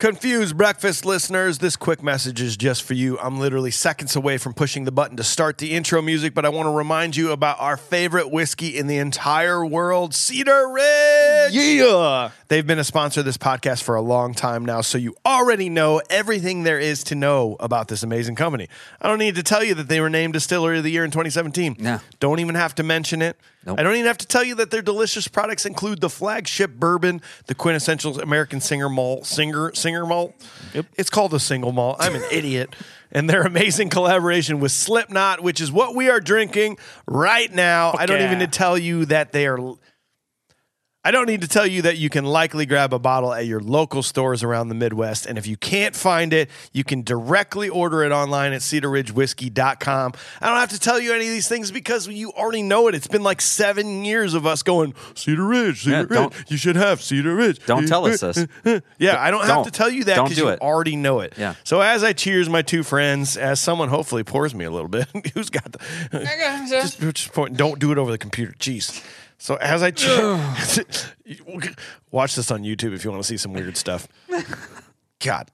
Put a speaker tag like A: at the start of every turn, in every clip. A: Confused breakfast listeners, this quick message is just for you. I'm literally seconds away from pushing the button to start the intro music, but I want to remind you about our favorite whiskey in the entire world, Cedar Ridge. Yeah. They've been a sponsor of this podcast for a long time now, so you already know everything there is to know about this amazing company. I don't need to tell you that they were named Distillery of the Year in 2017.
B: Yeah.
A: Don't even have to mention it. I don't even have to tell you that their delicious products include the flagship bourbon, the quintessential American singer malt, singer singer malt. It's called a single malt. I'm an idiot. And their amazing collaboration with Slipknot, which is what we are drinking right now. I don't
C: yeah.
A: even need to tell you that they are. I don't need to tell you that you can likely grab a bottle at your local stores around the Midwest. And if you can't find it, you can directly order it online at cedarridgewhiskey.com. I don't have to tell you any of these things because you already know it. It's been like seven years of us going, Cedar Ridge, Cedar
D: Yeah,
A: Ridge.
D: don't-
A: You should have Cedar Ridge.
D: Don't tell us this.
A: Yeah, I don't, have to
D: Don't.
A: tell you that
D: Don't
A: because
D: do
A: you
D: it.
A: already know it.
D: Yeah.
A: So as I cheers my two friends, as someone hopefully pours me a little bit, who's got the just, just point, don't do it over the computer. Jeez. So as I cheer, watch this on YouTube if you want to see some weird stuff. God,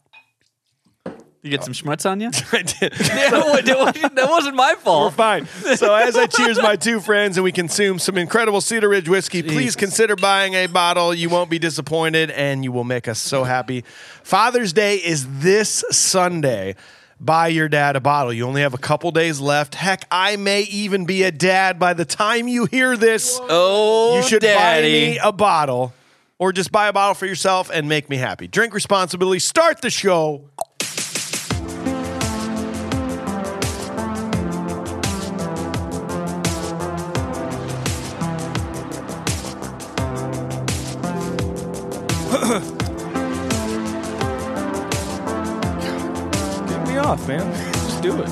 D: You get some schmutz on you?
A: I did.
D: that wasn't my
A: We're
D: fault.
A: fine. So as I cheers my two friends and we consume some incredible Cedar Ridge whiskey, please consider buying a bottle. You won't be disappointed, and you will make us so happy. Father's Day is this Sunday. Buy your dad a bottle. You only have a couple days left. Heck, I may even be a dad by the time you hear this.
D: Oh,
A: you should buy
D: daddy.
A: me a bottle, or just buy a bottle for yourself and make me happy. Drink responsibly. Start the show.
C: Get me off, man. Just do it.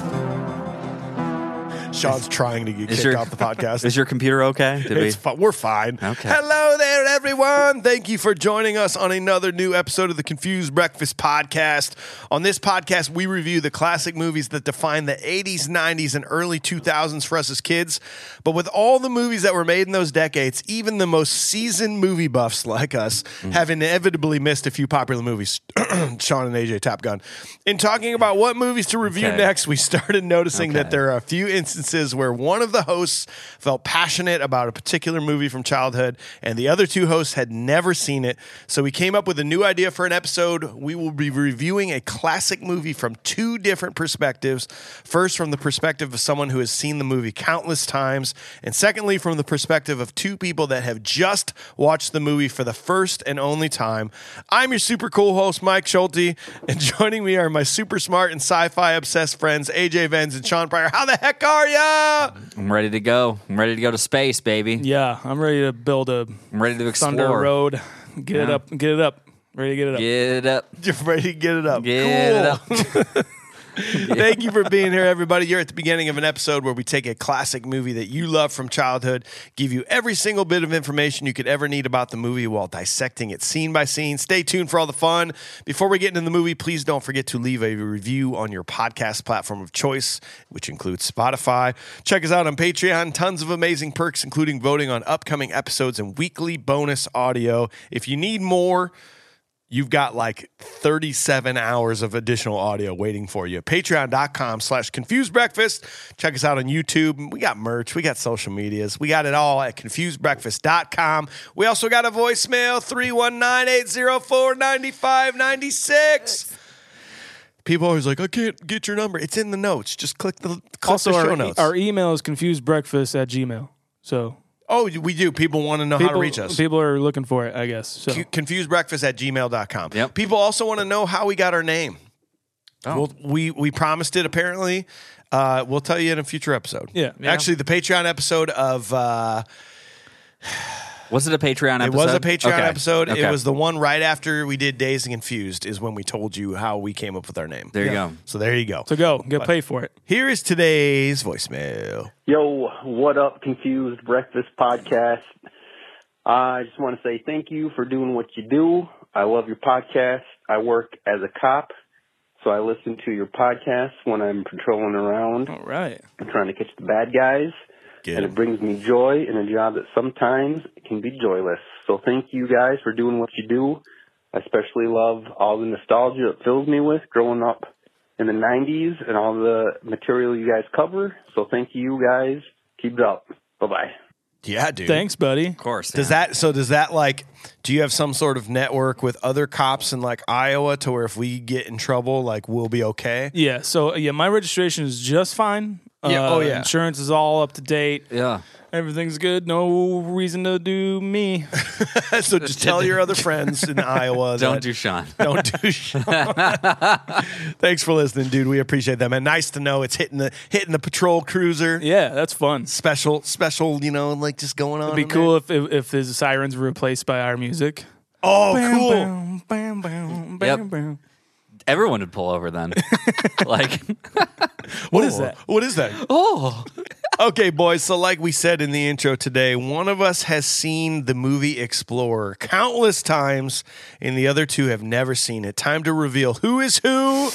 A: Sean's trying to get
D: Is
A: kicked
D: your-
A: off the podcast.
D: Is your computer okay? Did
A: It's fi- we're fine.
D: Okay.
A: Hello there, everyone. Thank you for joining us on another new episode of the Confused Breakfast Podcast. On this podcast, we review the classic movies that define the 80s, 90s, and early 2000s for us as kids. But with all the movies that were made in those decades, even the most seasoned movie buffs like us
D: Mm.
A: have inevitably missed a few popular movies. Sean and AJ Top Gun. In talking about what movies to review
D: Okay.
A: next, we started noticing that
D: Okay.
A: there there are a few instances where one of the hosts felt passionate about a particular movie from childhood and the other two hosts had never seen it. So we came up with a new idea for an episode. We will be reviewing a classic movie from two different perspectives. First, from the perspective of someone who has seen the movie countless times, and secondly, from the perspective of two people that have just watched the movie for the first and only time. I'm your super cool host, Mike Schulte, and joining me are my super smart and sci fi obsessed friends, AJ Venz and Sean Pryor. How the heck are ya?
D: I'm ready to go. I'm ready to go to space, baby.
C: Yeah, I'm ready to build a
D: I'm ready to explore.
C: Thunder Road. Get it
D: Yeah.
C: up. Get it up. Ready to get it up.
D: Get it up.
A: You're ready to get it up.
D: Get it up.
A: Thank you for being here, everybody. You're at the beginning of an episode where we take a classic movie that you love from childhood, give you every single bit of information you could ever need about the movie while dissecting it scene by scene. Stay tuned for all the fun. Before we get into the movie, please don't forget to leave a review on your podcast platform of choice, which includes Spotify. Check us out on Patreon. Tons of amazing perks, including voting on upcoming episodes and weekly bonus audio. If you need more, you've got like 37 hours of additional audio waiting for you patreon.com slash confused breakfast check us out on youtube we got merch we got social medias we got it all at confusedbreakfast.com we also got a voicemail 319-804-9596 people always like i can't get your number it's in the notes just click the click
C: Also,
A: the show
C: our, e,
A: notes
C: our email is confusedbreakfast at gmail. So
A: oh we do people want to know
C: people,
A: how to reach us
C: people are looking for it, I guess. So
A: Cu- confusedbreakfast at gmail.com.
D: Yep.
A: People also want to know how we got our name. Well, we we promised it apparently. Uh, we'll tell you in a future episode.
C: Yeah. Yeah.
A: Actually, the Patreon episode of uh,
D: Was it a Patreon episode?
A: it was a Patreon
D: Okay.
A: episode.
D: Okay.
A: It was the one right after we did Days and Confused is when we told you how we came up with our name.
D: There you go.
A: So there you go.
C: so go get paid for it.
A: Here is today's voicemail.
E: Yo, Oh, what up, Confused Breakfast Podcast? I just want to say thank you for doing what you do. I love your podcast. I work as a cop, so I listen to your podcast when I'm patrolling around
C: All right.
E: and trying to catch the bad guys.
A: Get
E: and
A: him.
E: it brings me joy in a job that sometimes can be joyless. So thank you guys for doing what you do. I especially love all the nostalgia it fills me with growing up in the 90s and all the material you guys cover. So thank you guys. Keep it up. Bye bye.
A: Yeah, dude.
C: Thanks, buddy.
D: Of course.
A: Does that so does that like do you have some sort of network with other cops in like Iowa to where if we get in trouble like we'll be okay?
C: Yeah. So yeah, my registration is just fine. Uh,
A: Yeah, oh, yeah.
C: Insurance is all up to date.
D: Yeah.
C: Everything's good. No reason to do me.
A: so just tell your other friends in Iowa
D: Don't
A: that-
D: do Sean.
A: don't do Sean. Thanks for listening, dude. We appreciate that, man. Nice to know it's hitting the hitting the patrol cruiser.
C: Yeah, that's fun.
A: Special, special, you know, like just going on.
C: It'd be
A: in
C: cool if, if if his sirens were replaced by our music.
A: there. Oh, cool.
C: Bam, bam, bam, bam,
D: Yep.
C: bam.
D: Everyone would pull over then. like,
A: What
C: is that?
A: What is that?
D: oh.
A: Okay, boys. So, like we said in the intro today, one of us has seen the movie Explorer countless times, and the other two have never seen it. Time to reveal who is who.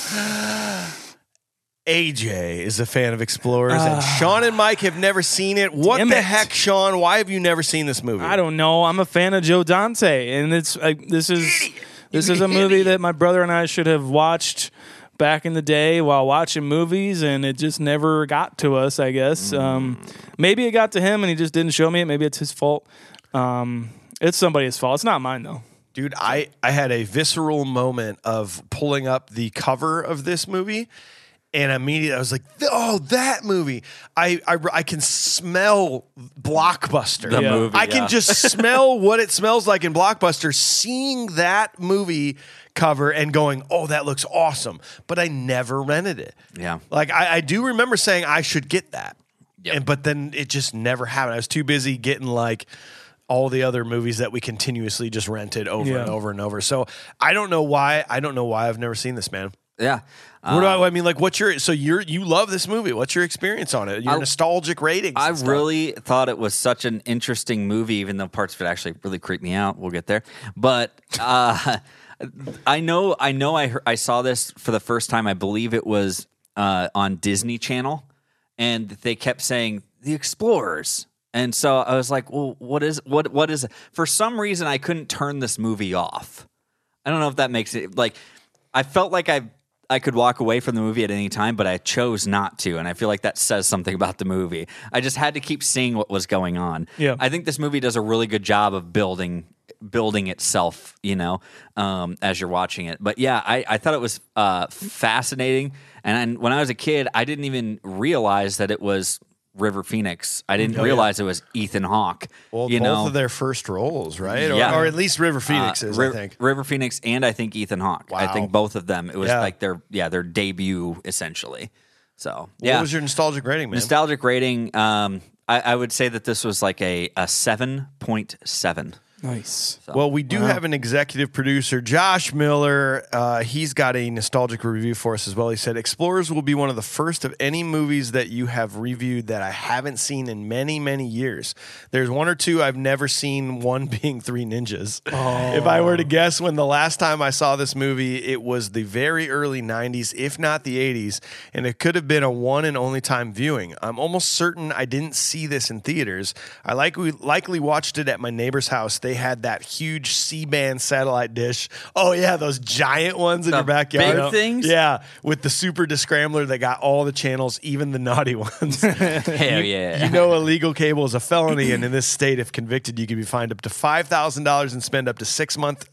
A: AJ is a fan of Explorers, and Sean and Mike have never seen it. What
C: Ah. Damn
A: the
C: it.
A: heck, Sean? Why have you never seen this movie?
C: I don't know. I'm a fan of Joe Dante, and it's like this is this is a movie that my brother and I should have watched back in the day while watching movies, and it just never got to us. I guess
A: Mm.
C: um, maybe it got to him, and he just didn't show me it. Maybe it's his fault. Um, it's somebody's fault. It's not mine though.
A: Dude, I, I had a visceral moment of pulling up the cover of this movie. And immediately I was like, oh, that movie. I, I, I can smell Blockbuster.
D: The Yeah. movie,
A: I can
D: yeah.
A: just smell what it smells like in Blockbuster, seeing that movie cover and going, oh, that looks awesome. But I never rented it.
D: Yeah.
A: Like, I, I do remember saying I should get that.
D: Yep.
A: And, but then it just never happened. I was too busy getting like all the other movies that we continuously just rented over
C: Yeah.
A: and over and over. So I don't know why. I don't know why I've never seen this man.
D: Yeah.
A: What do
D: Um,
A: I, I mean? Like, what's your so you're you love this movie? What's your experience on it? Your
D: I-
A: nostalgic ratings?
D: I
A: and stuff.
D: really thought it was such an interesting movie, even though parts of it actually really creeped me out. We'll get there, but uh, I know, Oh, I know, I hear- I saw this for the first time. I believe it was uh, on Disney Channel, and they kept saying the Explorers, and so I was like, well, what is what what is? it?" For some reason, I couldn't turn this movie off. I don't know if that makes it like I felt like I I could walk away from the movie at any time, but I chose not to, and I feel like that says something about the movie. I just had to keep seeing what was going on.
C: Yeah.
D: I think this movie does a really good job of building building itself, you know, um, as you're watching it. But yeah, I, I thought it was uh, fascinating, and I, when I was a kid, I didn't even realize that it was River Phoenix. I didn't realize it was Ethan Hawke.
A: well,
D: you
A: both
D: know,
A: of their first roles, right? Or-
D: Yeah.
A: Or, at least River Phoenix
D: uh,
A: is.
D: Ri-
A: I think.
D: River Phoenix and I think Ethan Hawke. I
A: Wow.
D: think both of them. It was
A: Yeah.
D: like their yeah their debut essentially. So
A: What
D: yeah,
A: was your nostalgic rating, man?
D: nostalgic rating? Um, I, I would say that this was like a a seven point seven.
C: Nice.
A: Well, we do have an executive producer, Josh Miller. Uh, he's got a nostalgic review for us as well. He said, Explorers will be one of the first of any movies that you have reviewed that I haven't seen in many, many years. There's one or two I've never seen, one being Three Ninjas. If I were to guess when the last time I saw this movie, it was the very early 90s, if not the 80s, and it could have been a one and only time viewing. I'm almost certain I didn't see this in theaters. I likely, likely watched it at my neighbor's house. They had that huge C band satellite dish. Oh, yeah, those giant ones in
D: The
A: your backyard.
D: big things?
A: Yeah, with the super descrambler that got all the channels, even the naughty ones.
D: Hell yeah.
A: you know illegal cable is a felony and in this state if convicted you could be fined up to $5000 and spend up to six month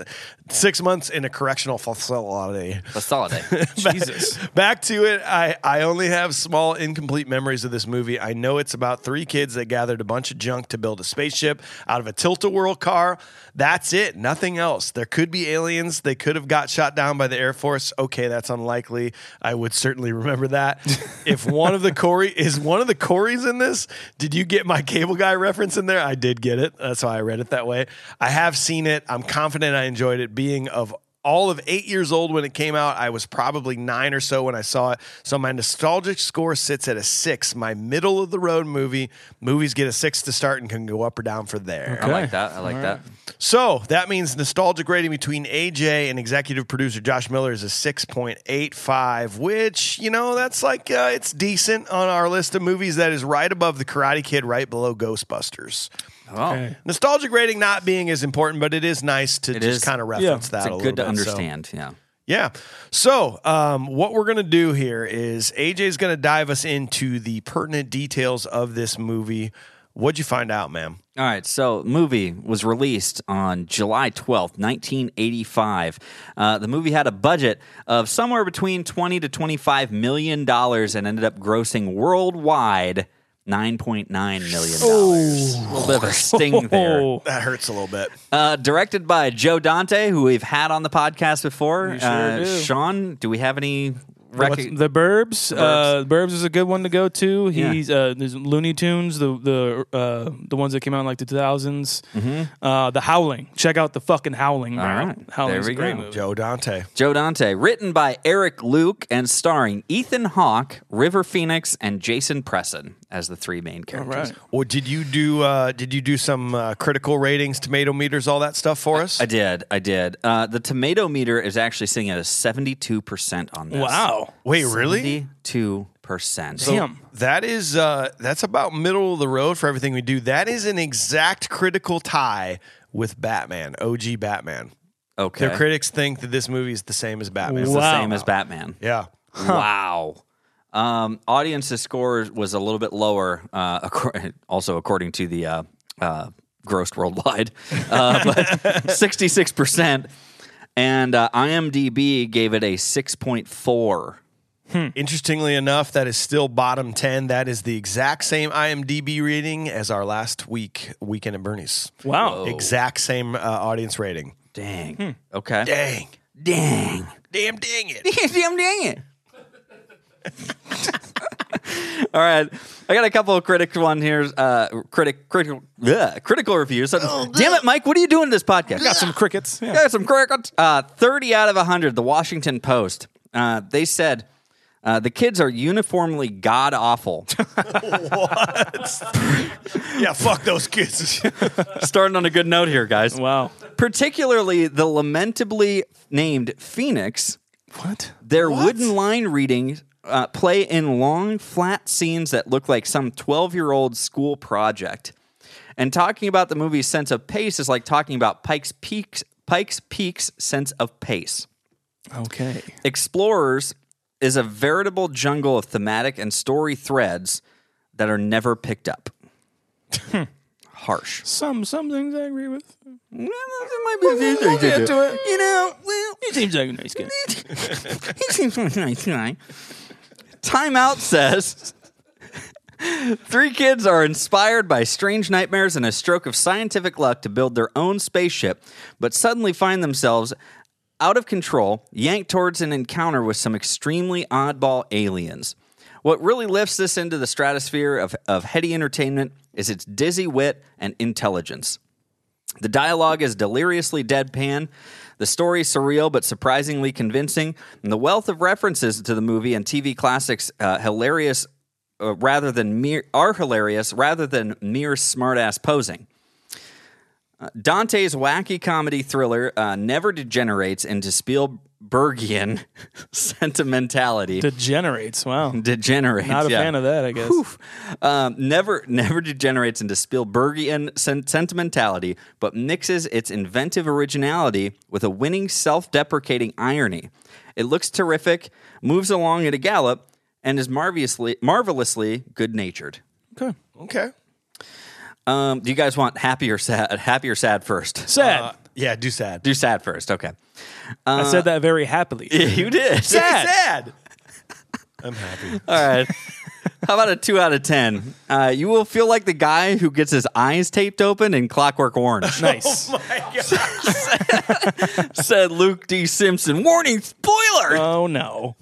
A: six months in a correctional facility
D: Let's holiday.
A: Jesus. Back to it. I, I only have small, incomplete memories of this movie. I know it's about three kids that gathered a bunch of junk to build a spaceship out of a tilt a whirl car. That's it. Nothing else. There could be aliens. They could have got shot down by the Air Force. Okay, that's unlikely. I would certainly remember that. if one of the Corey is one of the Coreys in this, did you get my cable guy reference in there? I did get it. That's why I read it that way. I have seen it. I'm confident I enjoyed it. Being of all of eight years old when it came out. I was probably nine or so when I saw it. So my nostalgic score sits at a six. My middle of the road movie. Movies get a six to start and can go up or down for there.
D: I like that. I like that.
A: So that means nostalgic rating between AJ and executive producer Josh Miller is a 6.85, which, you know, that's like, uh, it's decent on our list of movies that is right above The Karate Kid, right below Ghostbusters.
D: Oh,
A: Nostalgic rating not being as important, but it is nice to
D: It
A: just
D: is.
A: kind of
D: Yeah.
A: reference that
D: it's
A: a
D: a
A: little
D: good to
A: bit, so.
D: understand. Yeah.
A: Yeah. So, um, what we're going to do here is AJ's going to dive us into the pertinent details of this movie. What'd you find out, ma'am?
D: All right, so movie was released on July 12th, 1985. Uh, the movie had a budget of somewhere between 20 to 25 million dollars and ended up grossing worldwide 9.9 million dollars. A little bit of a sting there.
C: Oh,
A: That hurts a little bit.
D: Uh, directed by Joe Dante, who we've had on the podcast before. uh,
C: do.
D: Sean, do we have any
C: what's-
D: record?
C: the Burbs. Uh, Burbs is a good one to go to. He's uh, there's Looney Tunes, the the uh, the ones that came out in like the 2000s. Uh, the Howling. Check out the fucking Howling. All
D: right.
C: Howling's
D: There we
C: a great
D: go.
C: movie.
A: Joe Dante.
D: Joe Dante, written by Eric Luke and starring Ethan Hawke, River Phoenix, and Jason Presson as the three main characters.
A: Well, did you do uh, did you do some uh, critical ratings, tomato meters, all that stuff for us?
D: I did, I did. Uh, the tomato meter is actually sitting at a seventy-two percent on this.
C: Wow.
A: Wait, really?
D: seventy-two percent.
C: Damn.
A: That is uh, that's about middle of the road for everything we do. That is an exact critical tie with Batman, OG Batman.
D: okay,
A: Their critics think that this movie is the same as Batman.
D: it's the same as Batman.
A: Yeah.
D: Wow. Um, audience's score was a little bit lower, uh, accor- also according to the uh, uh, grossed worldwide, uh, but 66%. And uh, IMDb gave it a 6.4.
A: Interestingly enough, that is still bottom 10. That is the exact same IMDb rating as our last week, Weekend at Bernie's.
D: Oh.
C: Wow.
A: Exact same uh, audience rating.
D: Dang.
A: Hmm.
D: Okay.
A: Dang.
D: Dang.
A: Damn, dang it.
D: Damn, dang it. All right, I got a couple of critic one here. Uh, critic, critical, ugh, critical reviews. Damn it, Mike! What are you doing to this podcast?
C: Oh, Got some crickets. Yeah.
D: Got some crickets. Uh, 30 out of 100, the Washington Post. Uh, they said uh, the kids are uniformly god awful.
A: Yeah, fuck those kids.
D: Starting on a good note here, guys.
C: Wow.
D: Particularly the lamentably named Phoenix.
C: What?
D: Their wooden line readings uh, play in long, flat scenes that look like some 12 year old school project. And talking about the movie's sense of pace is like talking about Pike's Peaks, Pike's Peak's sense of pace.
C: Okay.
D: Explorers is a veritable jungle of thematic and story threads that are never picked up. Hmm. Harsh.
C: Some some things I agree with.
D: Well, there might be a few things that do it. You know, well,
C: He seems like a nice guy.
D: he seems like a nice guy. Time Out says three kids are inspired by strange nightmares and a stroke of scientific luck to build their own spaceship, but suddenly find themselves out of control, yanked towards an encounter with some extremely oddball aliens. What really lifts this into the stratosphere of, of heady entertainment is its dizzy wit and intelligence. The dialogue is deliriously deadpan, the story surreal but surprisingly convincing, and the wealth of references to the movie and TV classics uh, hilarious uh, rather than mere are hilarious rather than mere smartass posing. Uh, Dante's wacky comedy thriller uh, never degenerates into Spielbergian sentimentality.
C: Degenerates. Wow.
D: degenerates.
C: Not a
D: yeah.
C: fan of that, I guess.
D: Um, never, never degenerates into Spielbergian sen- sentimentality, but mixes its inventive originality with a winning, self-deprecating irony. It looks terrific, moves along at a gallop, and is marvelously, marvelously good-natured.
C: Okay.
A: Okay.
D: Um, do you guys want happy or sad? Happy or sad first?
C: Sad.
A: Uh, Yeah, do sad.
D: Do sad first. Okay.
C: I said that very happily.
D: you did.
A: Sad. sad. I'm happy.
D: All right. How about a two out of ten? Uh, you will feel like the guy who gets his eyes taped open in Clockwork
C: Oh,
D: Orange.
C: Nice.
D: Said Luke D. Simpson. Warning, spoiler.
C: Oh, no.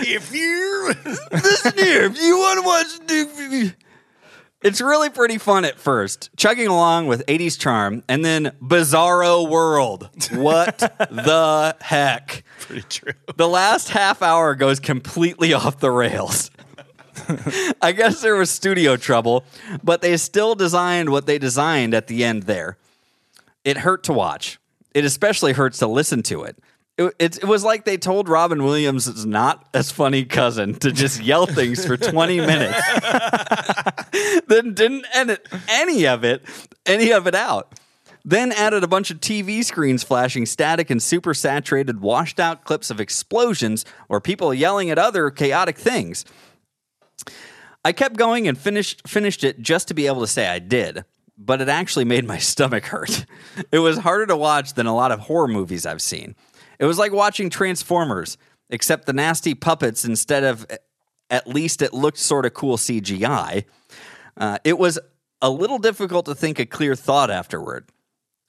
A: if you
D: Listen here, if you want to watch the- it's really pretty fun at first, chugging along with 80s charm, and then Bizarro World. What the heck?
A: pretty true.
D: The last half hour goes completely off the rails. I guess there was studio trouble, but they still designed what they designed at the end there. It hurt to watch. It especially hurts to listen to it. It, it, it was like they told Robin Williams' not as funny cousin to just yell things for 20 minutes, then didn't edit any of it, any of it out. Then added a bunch of TV screens flashing static and super saturated, washed out clips of explosions or people yelling at other chaotic things. I kept going and finished finished it just to be able to say I did, but it actually made my stomach hurt. It was harder to watch than a lot of horror movies I've seen. It was like watching Transformers, except the nasty puppets instead of at least it looked sort of cool CGI. Uh, it was a little difficult to think a clear thought afterward.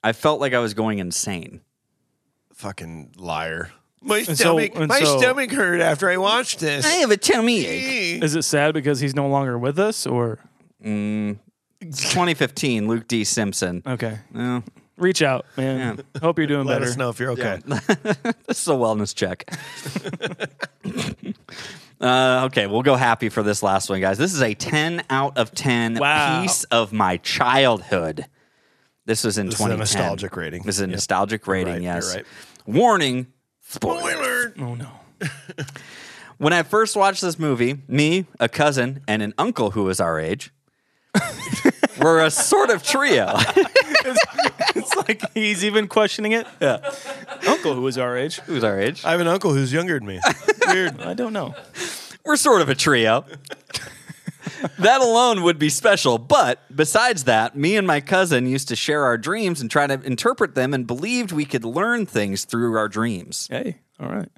D: I felt like I was going insane.
A: Fucking liar. My
C: so-
A: stomach,
C: and
A: my
C: so-
A: stomach hurt after I watched this.
D: I have a tummy ache.
C: Is it sad because he's no longer with us or?
D: 2015, Luke D. Simpson.
C: Okay.
D: Well,
C: Reach out, man. Hope you're doing
A: Let
C: better.
A: us know if you're okay.
D: This is a wellness check. uh, okay, we'll go happy for this last one, guys. This is a 10 out of 10
C: Wow.
D: piece of my childhood. This was in
A: This is a
D: 2010.
A: nostalgic rating.
D: This is a nostalgic rating,
A: right, you're
D: yes.
A: right.
D: Warning, spoiler.
C: Oh, no.
D: When I first watched this movie, me, a cousin, and an uncle who was our age were a sort of trio.
C: It's like he's even questioning it. Yeah. Uncle, who was our age,
D: who was our age?
A: I have an uncle who's younger than me. Weird.
C: I don't know.
D: we're sort of a trio. that alone would be special. But besides that, me and my cousin used to share our dreams and try to interpret them and believed we could learn things through our dreams.
C: Hey, all right.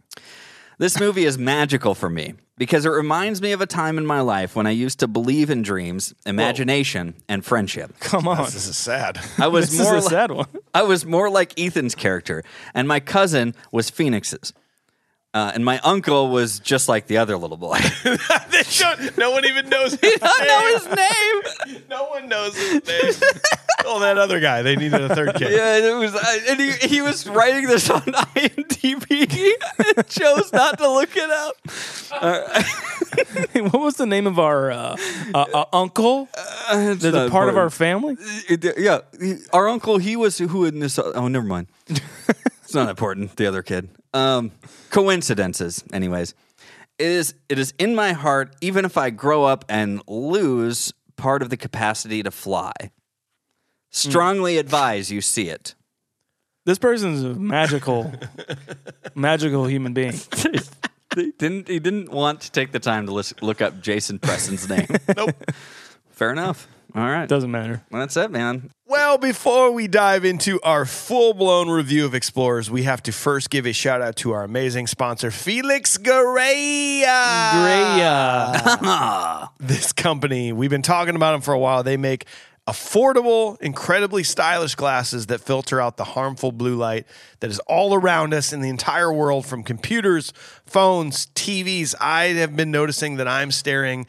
D: This movie is magical for me because it reminds me of a time in my life when I used to believe in dreams, imagination, and friendship.
C: Come on.
A: This is sad.
D: I was
C: This is
D: more
C: a
D: li-
C: sad one.
D: I was more like Ethan's character, and my cousin was Phoenix's. Uh, and my uncle was just like the other little boy.
A: They don't- no one even knows.
D: I know his name.
A: No one knows his name. oh, that other guy. They needed a third kid.
D: Yeah, and it was, I- and he, he was writing this on IMDb and chose not to look it up.
C: what was the name of our uh, uh, uh, uncle?
D: That's
C: That's a part of our family.
D: yeah, he- our uncle. He was who in this. Oh, never mind. it's not important. The other kid. Um, coincidences. Anyways, it is. It is in my heart. Even if I grow up and lose part of the capacity to fly, strongly advise you see it.
C: This person's a magical, magical human being.
D: They didn't he didn't want to take the time to lis- look up Jason Preston's name.
A: Nope.
D: Fair enough. All right.
C: Doesn't matter.
D: Well, that's it, man.
A: Well, before we dive into our full blown review of Explorers, we have to first give a shout out to our amazing sponsor, Felix Guerrilla.
C: Great. Uh,
A: This company, we've been talking about them for a while. They make affordable, incredibly stylish glasses that filter out the harmful blue light that is all around us in the entire world from computers, phones, TVs. I have been noticing that I'm staring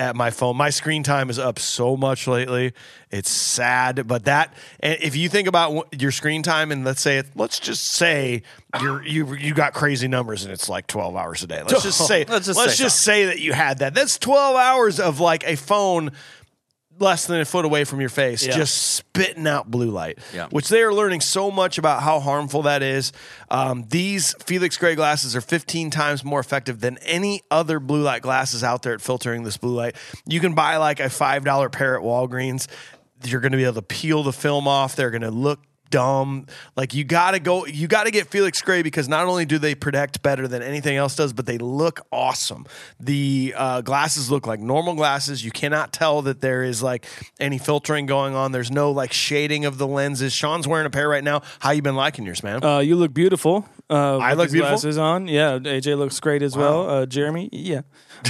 A: at my phone. My screen time is up so much lately. It's sad, but that and if you think about wh- your screen time and let's say let's just say you're, you you got crazy numbers and it's like 12 hours a day. Let's just say let's
D: Let's just
A: just,
D: say
A: say that you had that. That's 12 hours of like a phone less than a foot away from your face
C: Yeah.
A: just spitting out blue light,
D: Yeah.
A: which they are learning so much about how harmful that is. Um, these Felix Gray glasses are 15 times more effective than any other blue light glasses out there at filtering this blue light. You can buy like a $5 pair at Walgreens. You're going to be able to peel the film off. They're going to look dumb. Like you got to go, you got to get Felix Gray because not only do they protect better than anything else does, but they look awesome. The uh, glasses look like normal glasses. You cannot tell that there is like any filtering going on. There's no like shading of the lenses. Sean's wearing a pair right now. How you been liking yours, man?
C: Uh, you look beautiful. Uh,
A: I
C: with
A: look
C: these
A: beautiful?
C: Glasses on. Yeah, AJ looks great as well. Uh, Jeremy, yeah.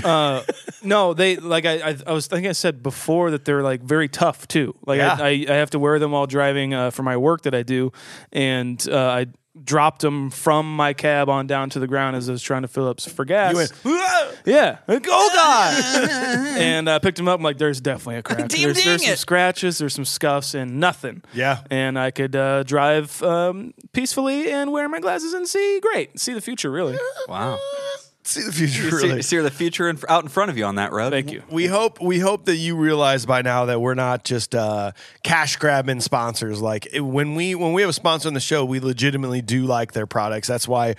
C: Uh, no, they like I, I. I was I think I said before that they're like very tough too. Like
A: Yeah.
C: I, I, I have to wear them while driving uh, for my work that I do, and uh, I dropped them from my cab on down to the ground as I was trying to fill up for gas.
A: You went,
D: Uh,
A: "Whoa!"
C: Yeah, like, oh god! and I picked him up. I'm like, there's definitely a crack.
D: Ding,
C: there's
D: ding
C: there's some
D: it.
C: scratches. There's some scuffs and nothing.
A: Yeah.
C: and I could uh, drive um, peacefully and wear my glasses and see great, see the future. Really,
D: Wow.
A: see the future.
D: You
A: really.
D: See, see the future in, out in front of you on that road.
C: thank you.
A: we hope we hope that you realize by now that we're not just uh, cash grabbing sponsors. Like it- when we when we have a sponsor on the show, we legitimately do like their products. That's why,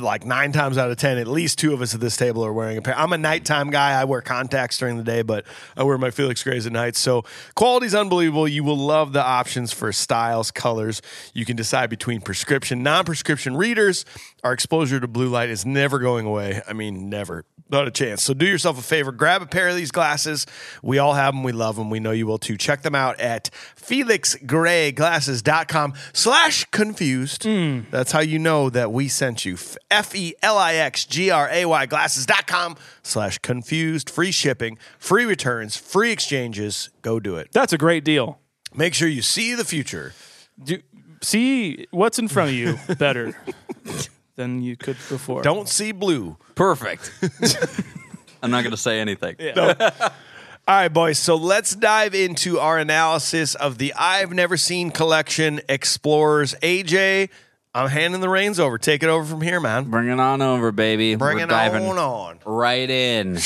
A: like nine times out of ten, at least two of us at this table are wearing a pair. I'm a nighttime guy. I wear contacts during the day, but I wear my Felix Grays at night. So quality's unbelievable. You will love the options for styles, colors. You can decide between prescription, non-prescription readers. Our exposure to blue light is never going away. I mean, never not a chance. So do yourself a favor, grab a pair of these glasses. We all have them. We love them. We know you will too. Check them out at felixgrayglasses.com slash confused. That's how you know that we sent you. E F-E-L-I-X-G-R-A-Y glasses.com slash confused. Free shipping, free returns, free exchanges. Go do it.
C: That's a great deal.
A: Make sure you see the future.
C: Do, see what's in front of you better than you could before.
A: Don't see blue.
D: Perfect. I'm not going to say anything.
A: All right, boys. So let's dive into our analysis of the I've Never Seen collection, Explorers. AJ, I'm handing the reins over. Take it over from here, man.
D: Bring it on over, baby.
A: Bring
D: We're
A: it
D: diving
A: on on.
D: right in.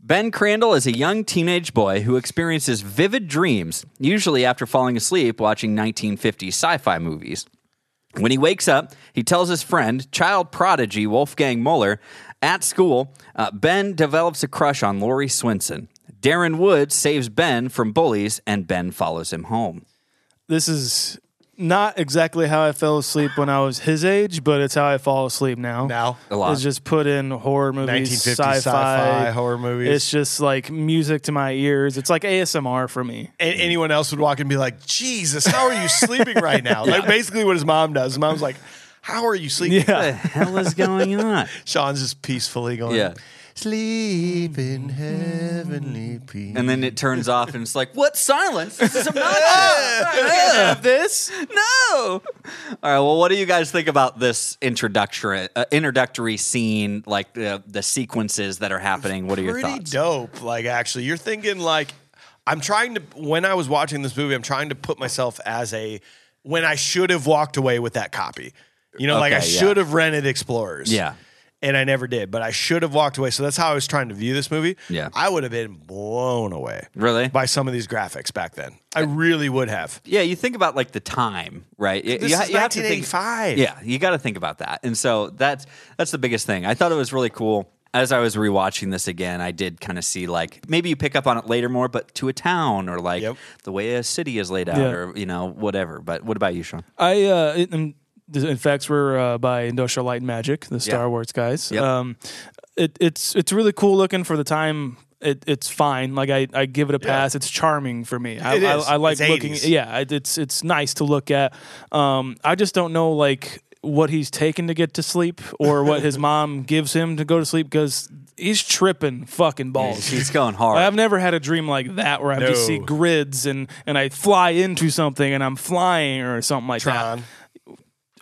D: Ben Crandall is a young teenage boy who experiences vivid dreams, usually after falling asleep watching 1950s sci fi movies. When he wakes up, he tells his friend, child prodigy Wolfgang Muller, at school, uh, Ben develops a crush on Laurie Swinson. Darren Wood saves Ben from bullies, and Ben follows him home.
C: this is not exactly how I fell asleep when I was his age, but it's how I fall asleep now.
A: Now?
D: A lot.
C: It's just put in horror movies,
A: 1950s
C: sci-fi,
A: sci-fi horror movies.
C: It's just like music to my ears. It's like ASMR for me.
A: And anyone else would walk in and be like, Jesus, how are you sleeping right now? Like basically what his mom does. His mom's like, How are you sleeping?
D: What the hell is going on?
A: Sean's just peacefully going,
D: Yeah.
A: Sleep in heavenly peace.
D: And then it turns off, and it's like, what silence? This is obnoxious.
C: Have this?
D: no. All right. Well, what do you guys think about this introductory uh, introductory scene, like the the sequences that are happening? What are your
A: pretty
D: thoughts?
A: dope. Like actually, you're thinking like I'm trying to. When I was watching this movie, I'm trying to put myself as a when I should have walked away with that copy. You know, like I
D: Okay, yeah.
A: should have rented Explorers.
D: Yeah.
A: And I never did, but I should have walked away. So that's how I was trying to view this movie.
D: Yeah.
A: I would have been blown away.
D: Really?
A: By some of these graphics back then. I really would have.
D: Yeah, you think about like the time, right? You,
A: This
D: you,
A: is
D: ha- you have to think-
A: 1985.
D: yeah, you got to think about that, and so that's that's the biggest thing. I thought it was really cool. As I was rewatching this again, I did kind of see like maybe you pick up on it later more, but to a town or like
A: Yep.
D: the way a city is laid out,
C: Yeah.
D: or you know whatever. But what about you, Sean?
C: I uh, it, um, the effects were uh, by Industrial Light and Magic, the Star
D: Yeah.
C: Wars guys.
D: Yep.
C: Um, it, it's it's really cool looking for the time. It, it's fine. Like I, I give it a pass. It's charming for me. I,
A: It is.
C: I, I like
A: It's
C: looking.
A: 80s.
C: Yeah, I- it's it's nice to look at. Um, I just don't know like what he's taking to get to sleep or what his mom gives him to go to sleep because he's tripping fucking
A: Oh.
C: balls.
D: He's going hard.
C: I've never had a dream like that where I just see
A: No.
C: grids and and I fly into something and I'm flying or something like that.
A: Tron,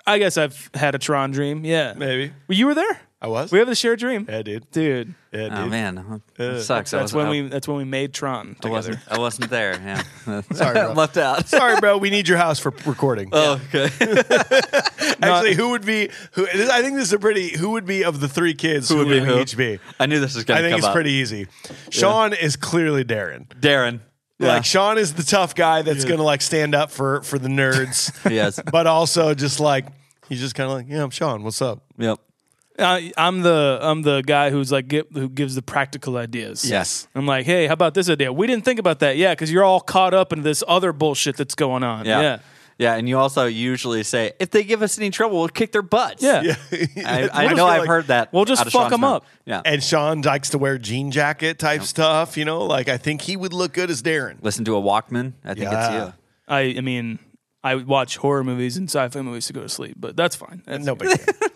C: I guess I've had a Tron dream. Yeah.
A: maybe.
C: Well, you were there?
A: I I was.
C: We have the shared dream,
A: yeah, dude.
C: dude.
A: Yeah,
D: Oh
A: dude.
D: man,
A: Uh,
D: it sucks. I
C: That's
D: wasn't-
C: when
D: I-
C: we that's when we made Tron
D: I
C: together.
D: wasn't. I wasn't there. Yeah,
A: Sorry, bro.
D: left out.
A: Sorry, bro. We need your house for recording.
D: Oh, okay.
A: Actually, who would be? Who I think this is a pretty. Who would be of the three kids? Who, would, we each be?
D: I knew this was going
A: I
D: to come
A: think it's
D: up.
A: pretty easy. Sean is clearly Darren.
D: Darren. Yeah.
A: Like Sean is the tough guy that's gonna like stand up for for the nerds,
D: yes.
A: but also just like he's just kind of like, yeah, I'm Sean. What's up?
D: Yep.
C: I, I'm the I'm the guy who's like get, who gives the practical ideas.
D: Yes.
C: I'm like, hey, how about this idea? We didn't think about that. Yeah, because you're all caught up in this other bullshit that's going on.
D: Yeah.
C: Yeah.
D: yeah. and you also usually say, if they give us any trouble, we'll kick their butts.
C: Yeah.
D: I,
A: We'll
D: I
A: just
D: know
A: be
D: I've
A: like-
D: heard that.
C: We'll just
D: out of
C: fuck
D: Sean's
C: 'em
D: mouth.
C: up.
D: Yeah.
A: And Sean likes to wear jean jacket type stuff. You know, like I think he would look good as Darren.
D: Listen to a Walkman. I think
A: Yeah.
D: it's
C: I I mean, I watch horror movies and sci-fi movies to go to sleep, but that's fine. That's
A: No big deal.
D: you.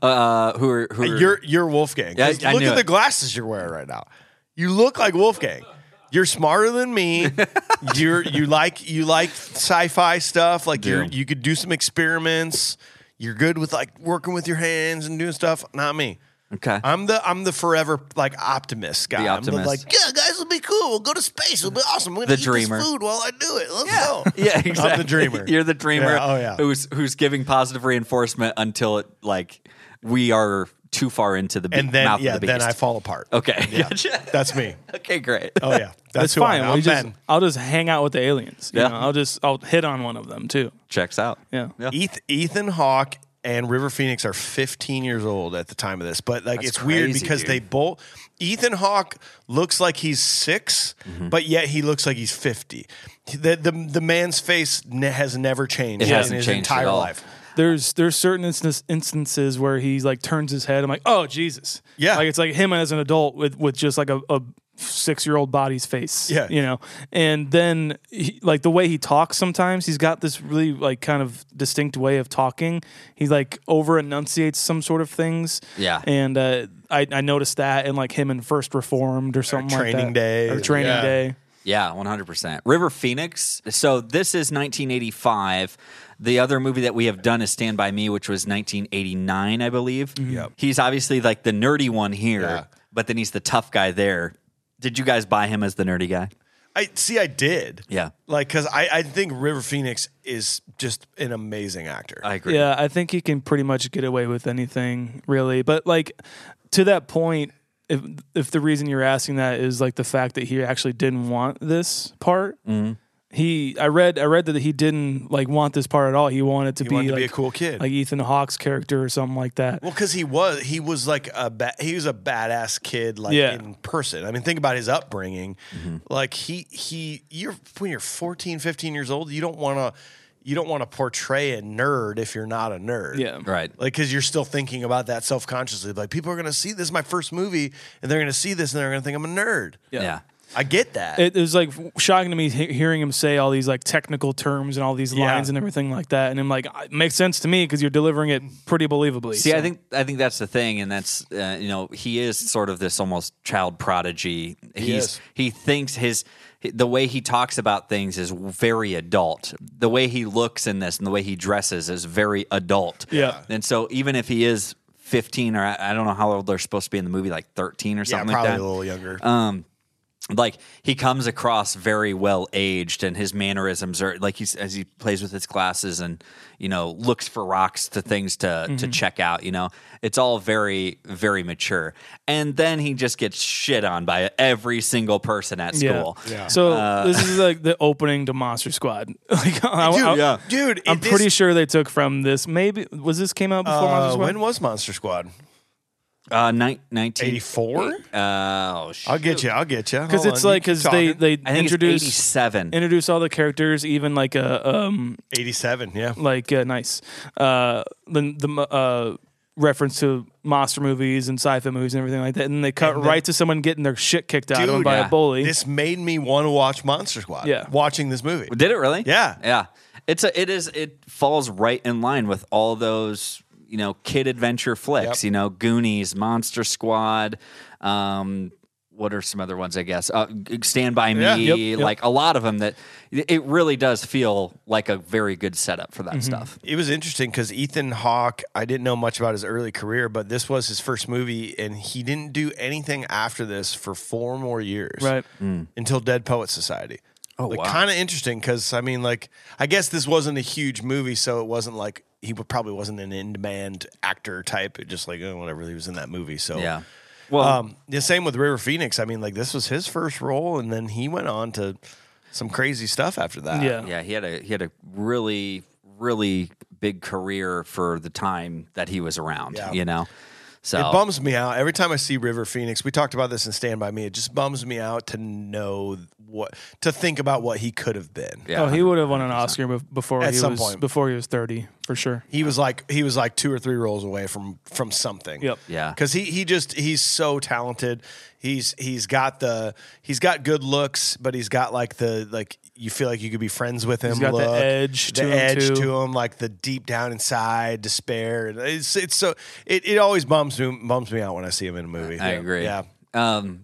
D: Uh, who are, who are,
A: You're you're Wolfgang. 'Cause
D: Yeah, I- I
A: look
D: knew
A: at the
D: it.
A: glasses you're wearing right now. You look like Wolfgang. You're smarter than me. you're you like you like sci-fi stuff. Like you
D: Yeah.
A: you could do some experiments. You're good with like working with your hands and doing stuff. Not me.
D: okay.
A: I'm the I'm the forever like optimist guy.
D: The
A: I'm
D: optimist.
A: like yeah, guys, it'll be cool. We'll go to space. It'll be awesome. We're
D: The
A: gonna eat
D: dreamer.
A: this food while I do it. Let's go.
D: yeah, exactly.
A: dreamer.
D: You're the dreamer.
A: Yeah, oh, yeah.
D: Who's who's giving positive reinforcement until it like we are too far into the be-
A: And then
D: mouth
A: yeah,
D: of the
A: then
D: beast.
A: I fall apart.
D: okay.
A: Yeah.
D: Gotcha.
A: That's me.
D: okay. Great.
A: Oh yeah, that's,
C: It's
A: who
C: fine.
A: I am.
C: Well,
A: I'm
C: you just-
A: Ben.
C: I'll just hang out with the aliens. you
D: Yeah.
C: know? I'll just I'll hit on one of them too.
D: Checks out.
C: Yeah.
D: Yeah.
A: Eth- Ethan Hawke and River Phoenix are 15 years old at the time of this, but like
D: That's
A: it's weird
D: crazy,
A: because
D: dude.
A: they both. Ethan Hawke looks like he's 6
D: Mm-hmm.
A: but yet he looks like he's 50. The the, the man's face ne- has never changed
D: It hasn't
A: in his
D: changed at
A: entire
D: all.
A: life.
C: There's there's certain instance, instances where he like turns his head. I'm like, oh Jesus.
A: Yeah.
C: Like it's like him as an adult with with just like a. a Six year old body's face,
A: Yeah.
C: you know, and then he, like the way he talks sometimes, he's got this really like kind of distinct way of talking. He like over enunciates some sort of things,
D: Yeah.
C: And uh, I, I noticed that in like him in First Reformed or something like
A: Training
C: that.
A: Day.
C: or Training
A: Yeah.
C: Day.
D: Yeah, 100%. River Phoenix. So this is 1985. The other movie that we have done is Stand By Me, which was 1989, I believe. Yep. He's obviously like the nerdy one here, but then he's the tough guy there. Did you guys buy him as the nerdy guy?
A: I see. I did.
D: Yeah.
A: Like, cause I, I think River Phoenix is just an amazing actor.
D: I agree.
C: Yeah, I think he can pretty much get away with anything, really. But like to that point, if if the reason you're asking that is like the fact that he actually didn't want this part,
A: Mm-hmm.
C: he I read I read that he didn't like want this part at all. He wanted to, be,
A: wanted to
C: like,
A: be a cool kid.
C: like Ethan Hawke's character or something like that.
A: Well, because he was he was like a ba- he was a badass kid like
C: Yeah. Mm-hmm.
A: in person. I mean, think about his upbringing. Like he he you're when you're 14, 15 years old, you don't want to you don't want to portray a nerd if you're not a nerd.
C: yeah,
D: Right.
A: Like, because you're still thinking about that self consciously. Like, people are going to see this is my first movie, and they're going to see this, and they're going to think I'm a nerd.
D: yeah.
A: I get that.
C: it, it was like shocking to me he- hearing him say all these like technical terms and all these
A: Yeah.
C: lines and everything like that. And I'm like, it makes sense to me because you're delivering it pretty believably.
D: See,
C: So-
D: I think I think that's the thing, and that's uh, you know he is sort of this almost child prodigy. He's
A: is.
D: he thinks his the way he talks about things is very adult. The way he looks in this and the way he dresses is very adult.
C: Yeah.
D: and so even if he is fifteen or I, I don't know how old they're supposed to be in the movie, like thirteen or
A: yeah,
D: something
A: probably
D: like
A: a
D: that
A: little younger.
C: Uh,
D: like he comes across very well aged and his mannerisms are like he's as he plays with his glasses and you know looks for rocks to things to to check out you know it's all very very mature and then he just gets shit on by every single person at school
C: So
D: Uh,
C: this is like the opening to Monster Squad. like, I,
A: dude,
C: I,
A: yeah. dude,
C: I'm
A: it- this-
C: pretty sure they took from this. Maybe was this came out before Monster
A: uh,
C: Squad?
A: when was Monster Squad?
D: uh ni- 19
A: 84?
D: oh shit.
A: I'll get you. I'll get you.
C: Because it's like because they they
D: i think it's
C: introduce
D: 87
C: introduce all the characters, even like a um
A: 87, yeah.
C: like uh, nice uh the the uh reference to monster movies and sci-fi movies and everything like that, and they cut right to someone getting their shit kicked out of them
A: Dude,
C: by
D: yeah.
C: a bully.
A: This made me want to watch Monster Squad.
C: Yeah.
A: Watching this movie.
D: Did it really?
A: Yeah.
D: Yeah. It's a it is it falls right in line with all those, you know, kid adventure flicks,
A: Yep.
D: you know, Goonies, Monster Squad, um what are some other ones? I guess uh, g- Stand by Me,
A: Yeah. Yep,
C: yep.
D: like a lot of them. That it really does feel like a very good setup for
A: Mm-hmm.
D: that stuff.
A: It was interesting because Ethan Hawke, I didn't know much about his early career, but this was his first movie, and he didn't do anything after this for four more years,
C: Right.
A: Until Dead Poets Society. Oh, like,
D: wow.
A: Kind of interesting because I mean, like, I guess this wasn't a huge movie, so it wasn't like he would- probably wasn't an in-demand actor type. It just like oh, whatever he was in that movie. So
D: Yeah.
A: Well, um, the same with River Phoenix. I mean, like this was his first role, and then he went on to some crazy stuff after that.
C: Yeah.
D: Yeah, he had a he had a really really big career for the time that he was around.
A: Yeah.
D: You know, so
A: It bums me out every time I see River Phoenix. We talked about this in Stand By Me. It just bums me out to know what to think about what he could have been.
D: yeah.
C: Oh, he would have won an Oscar bef- before
A: At
C: he
A: some
C: was
A: point.
C: before he was thirty for sure.
A: He was like he was like two or three roles away from from something.
C: Yep.
D: Yeah.
A: Cuz he he just he's so talented. He's he's got the he's got good looks, but he's got like the like you feel like you could be friends with him
C: got the
A: look.
C: edge
A: the
C: to him,
A: edge
C: too.
A: to him like the deep down inside despair. It's it's so it, it always bums me bums me out when I see him in a movie.
D: I agree.
A: Yeah.
D: Um,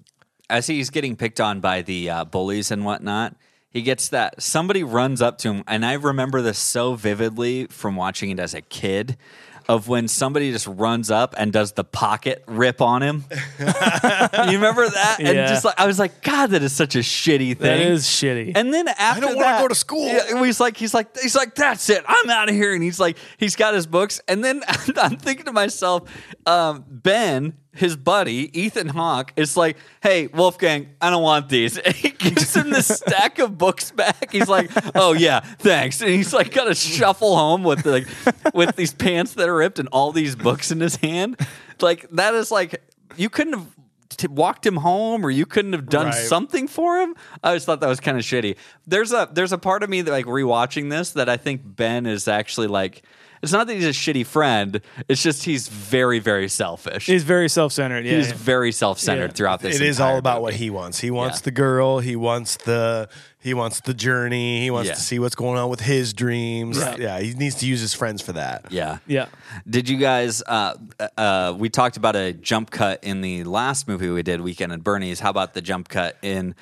D: as he's getting picked on by the uh, bullies and whatnot, he gets that somebody runs up to him, and I remember this so vividly from watching it as a kid. Of when somebody just runs up and does the pocket rip on him, you remember that? And
C: Yeah.
D: just like I was like, God, that is such a shitty thing.
C: That is shitty.
D: And then after
A: don't wanna
D: that,
A: go to school.
D: Yeah, he's like, he's like, he's like, that's it. I'm out of here. And he's like, he's got his books. And then I'm thinking to myself, um, Ben, his buddy Ethan Hawke, is like, hey Wolfgang, I don't want these. And he gives him this stack of books back. He's like, oh yeah, thanks. And he's like, got to shuffle home with like with these pants that are ripped and all these books in his hand. Like that is like you couldn't have. T- walked him home, or you couldn't have done
A: Right.
D: something something for him. I always thought that was kind of shitty. There's a there's a part of me that like rewatching this that I think Ben is actually like it's not that he's a shitty friend. It's just he's very very selfish.
C: He's very self centered. Yeah.
D: He's
C: yeah.
D: very self centered
C: Yeah.
D: throughout this.
A: it is all
D: entire
A: about
D: movie.
A: what he wants. He wants
D: Yeah.
A: the girl. He wants the he wants the journey. He wants
D: Yeah.
A: to see what's going on with his dreams.
D: Right.
A: Yeah, he needs to use his friends for that.
D: Yeah.
C: Yeah.
D: Did you guys? Uh, uh, we talked about a jump cut in the last movie we did, Weekend at Bernie's. How about the jump cut in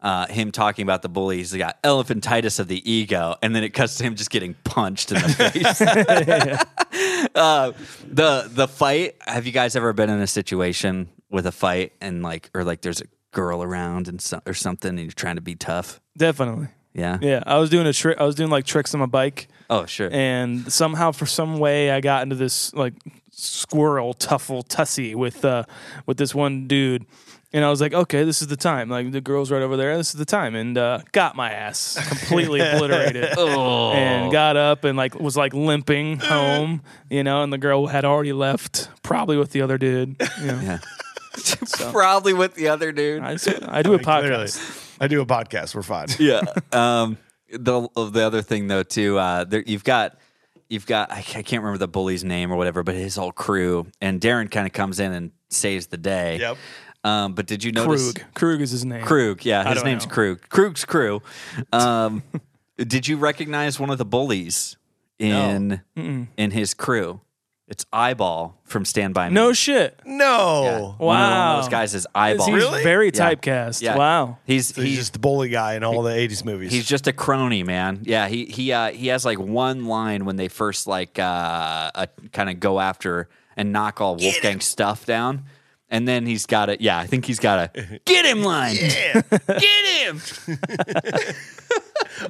D: uh, him talking about the bully? He's got elephantitis of the ego, and then it cuts to him just getting punched in the face. uh, the the fight. Have you guys ever been in a situation with a fight and like, or like, there's a girl around and so, or something, and you're trying to be tough?
C: Definitely.
D: Yeah.
C: Yeah. I was doing a trick. I was doing like tricks on my bike.
D: Oh, sure.
C: and somehow for some way I got into this like squirrel tuffle tussy with uh with this one dude and I was like okay this is the time like the girl's right over there this is the time and uh got my ass completely obliterated
D: Oh.
C: and got up and like was like limping home you know and the girl had already left probably with the other dude you know
D: yeah. Probably with the other dude.
C: I, just- I do a
A: Literally.
C: podcast
A: I do a podcast. We're fine.
D: yeah. Um, the the other thing though too, uh, there, you've got you've got I ca- I can't remember the bully's name or whatever, but his whole crew and Darren kind of comes in and saves the day.
A: Yep.
D: Um, but did you notice
C: Krug Krug is his name
D: Krug? Yeah,
C: I
D: his
C: don't
D: name's
C: know.
D: Krug. Krug's crew. Um, did you recognize one of the bullies in in his crew? It's Eyeball from Stand By Me.
C: no shit
A: No.
D: One of- One
C: Wow.
D: of those guys is
C: he's
D: Eyeball.
C: very
D: Yeah.
C: typecast
D: Yeah.
C: wow
D: He's
A: So he's, just the bully guy in all the '80s movies.
D: He's just a crony, man. Yeah, he he uh, he has like one line when they first like uh, uh, kind of go after and knock all Wolfgang's stuff down, and then he's got it. Yeah, I think he's got a get him line. get him.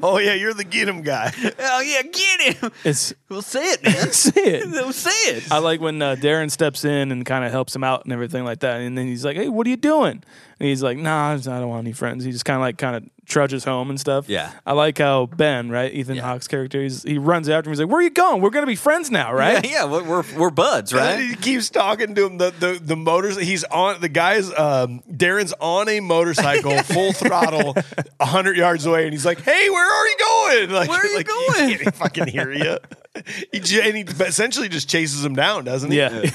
A: oh yeah, you're the get him guy.
D: Oh yeah, get him.
C: it's
D: We'll say it, man.
C: see it
D: we'll say it.
C: I like when uh, Darren steps in and kind of helps him out and everything like that. And then he's like, "Hey, what are you doing?" And he's like, "Nah, I just- I don't want any friends." He just kind of like kind of trudges home and stuff.
D: Yeah.
C: I like how Ben, right, Ethan Hawke's character, he's, he runs after him. He's like, "Where are you going? We're gonna be friends now, right?"
D: yeah, we're we're, we're buds,
A: And
D: right?
A: he keeps talking to him. The the, the motors. He's on the guy's. Um, Darren's on a motorcycle, full throttle, hundred yards away, and he's like, "Hey, where are you going? Like,
D: Where are you
A: like,
D: going?
A: He can't fucking hear you." He, j- and he essentially just chases him down, doesn't he?
C: Yeah.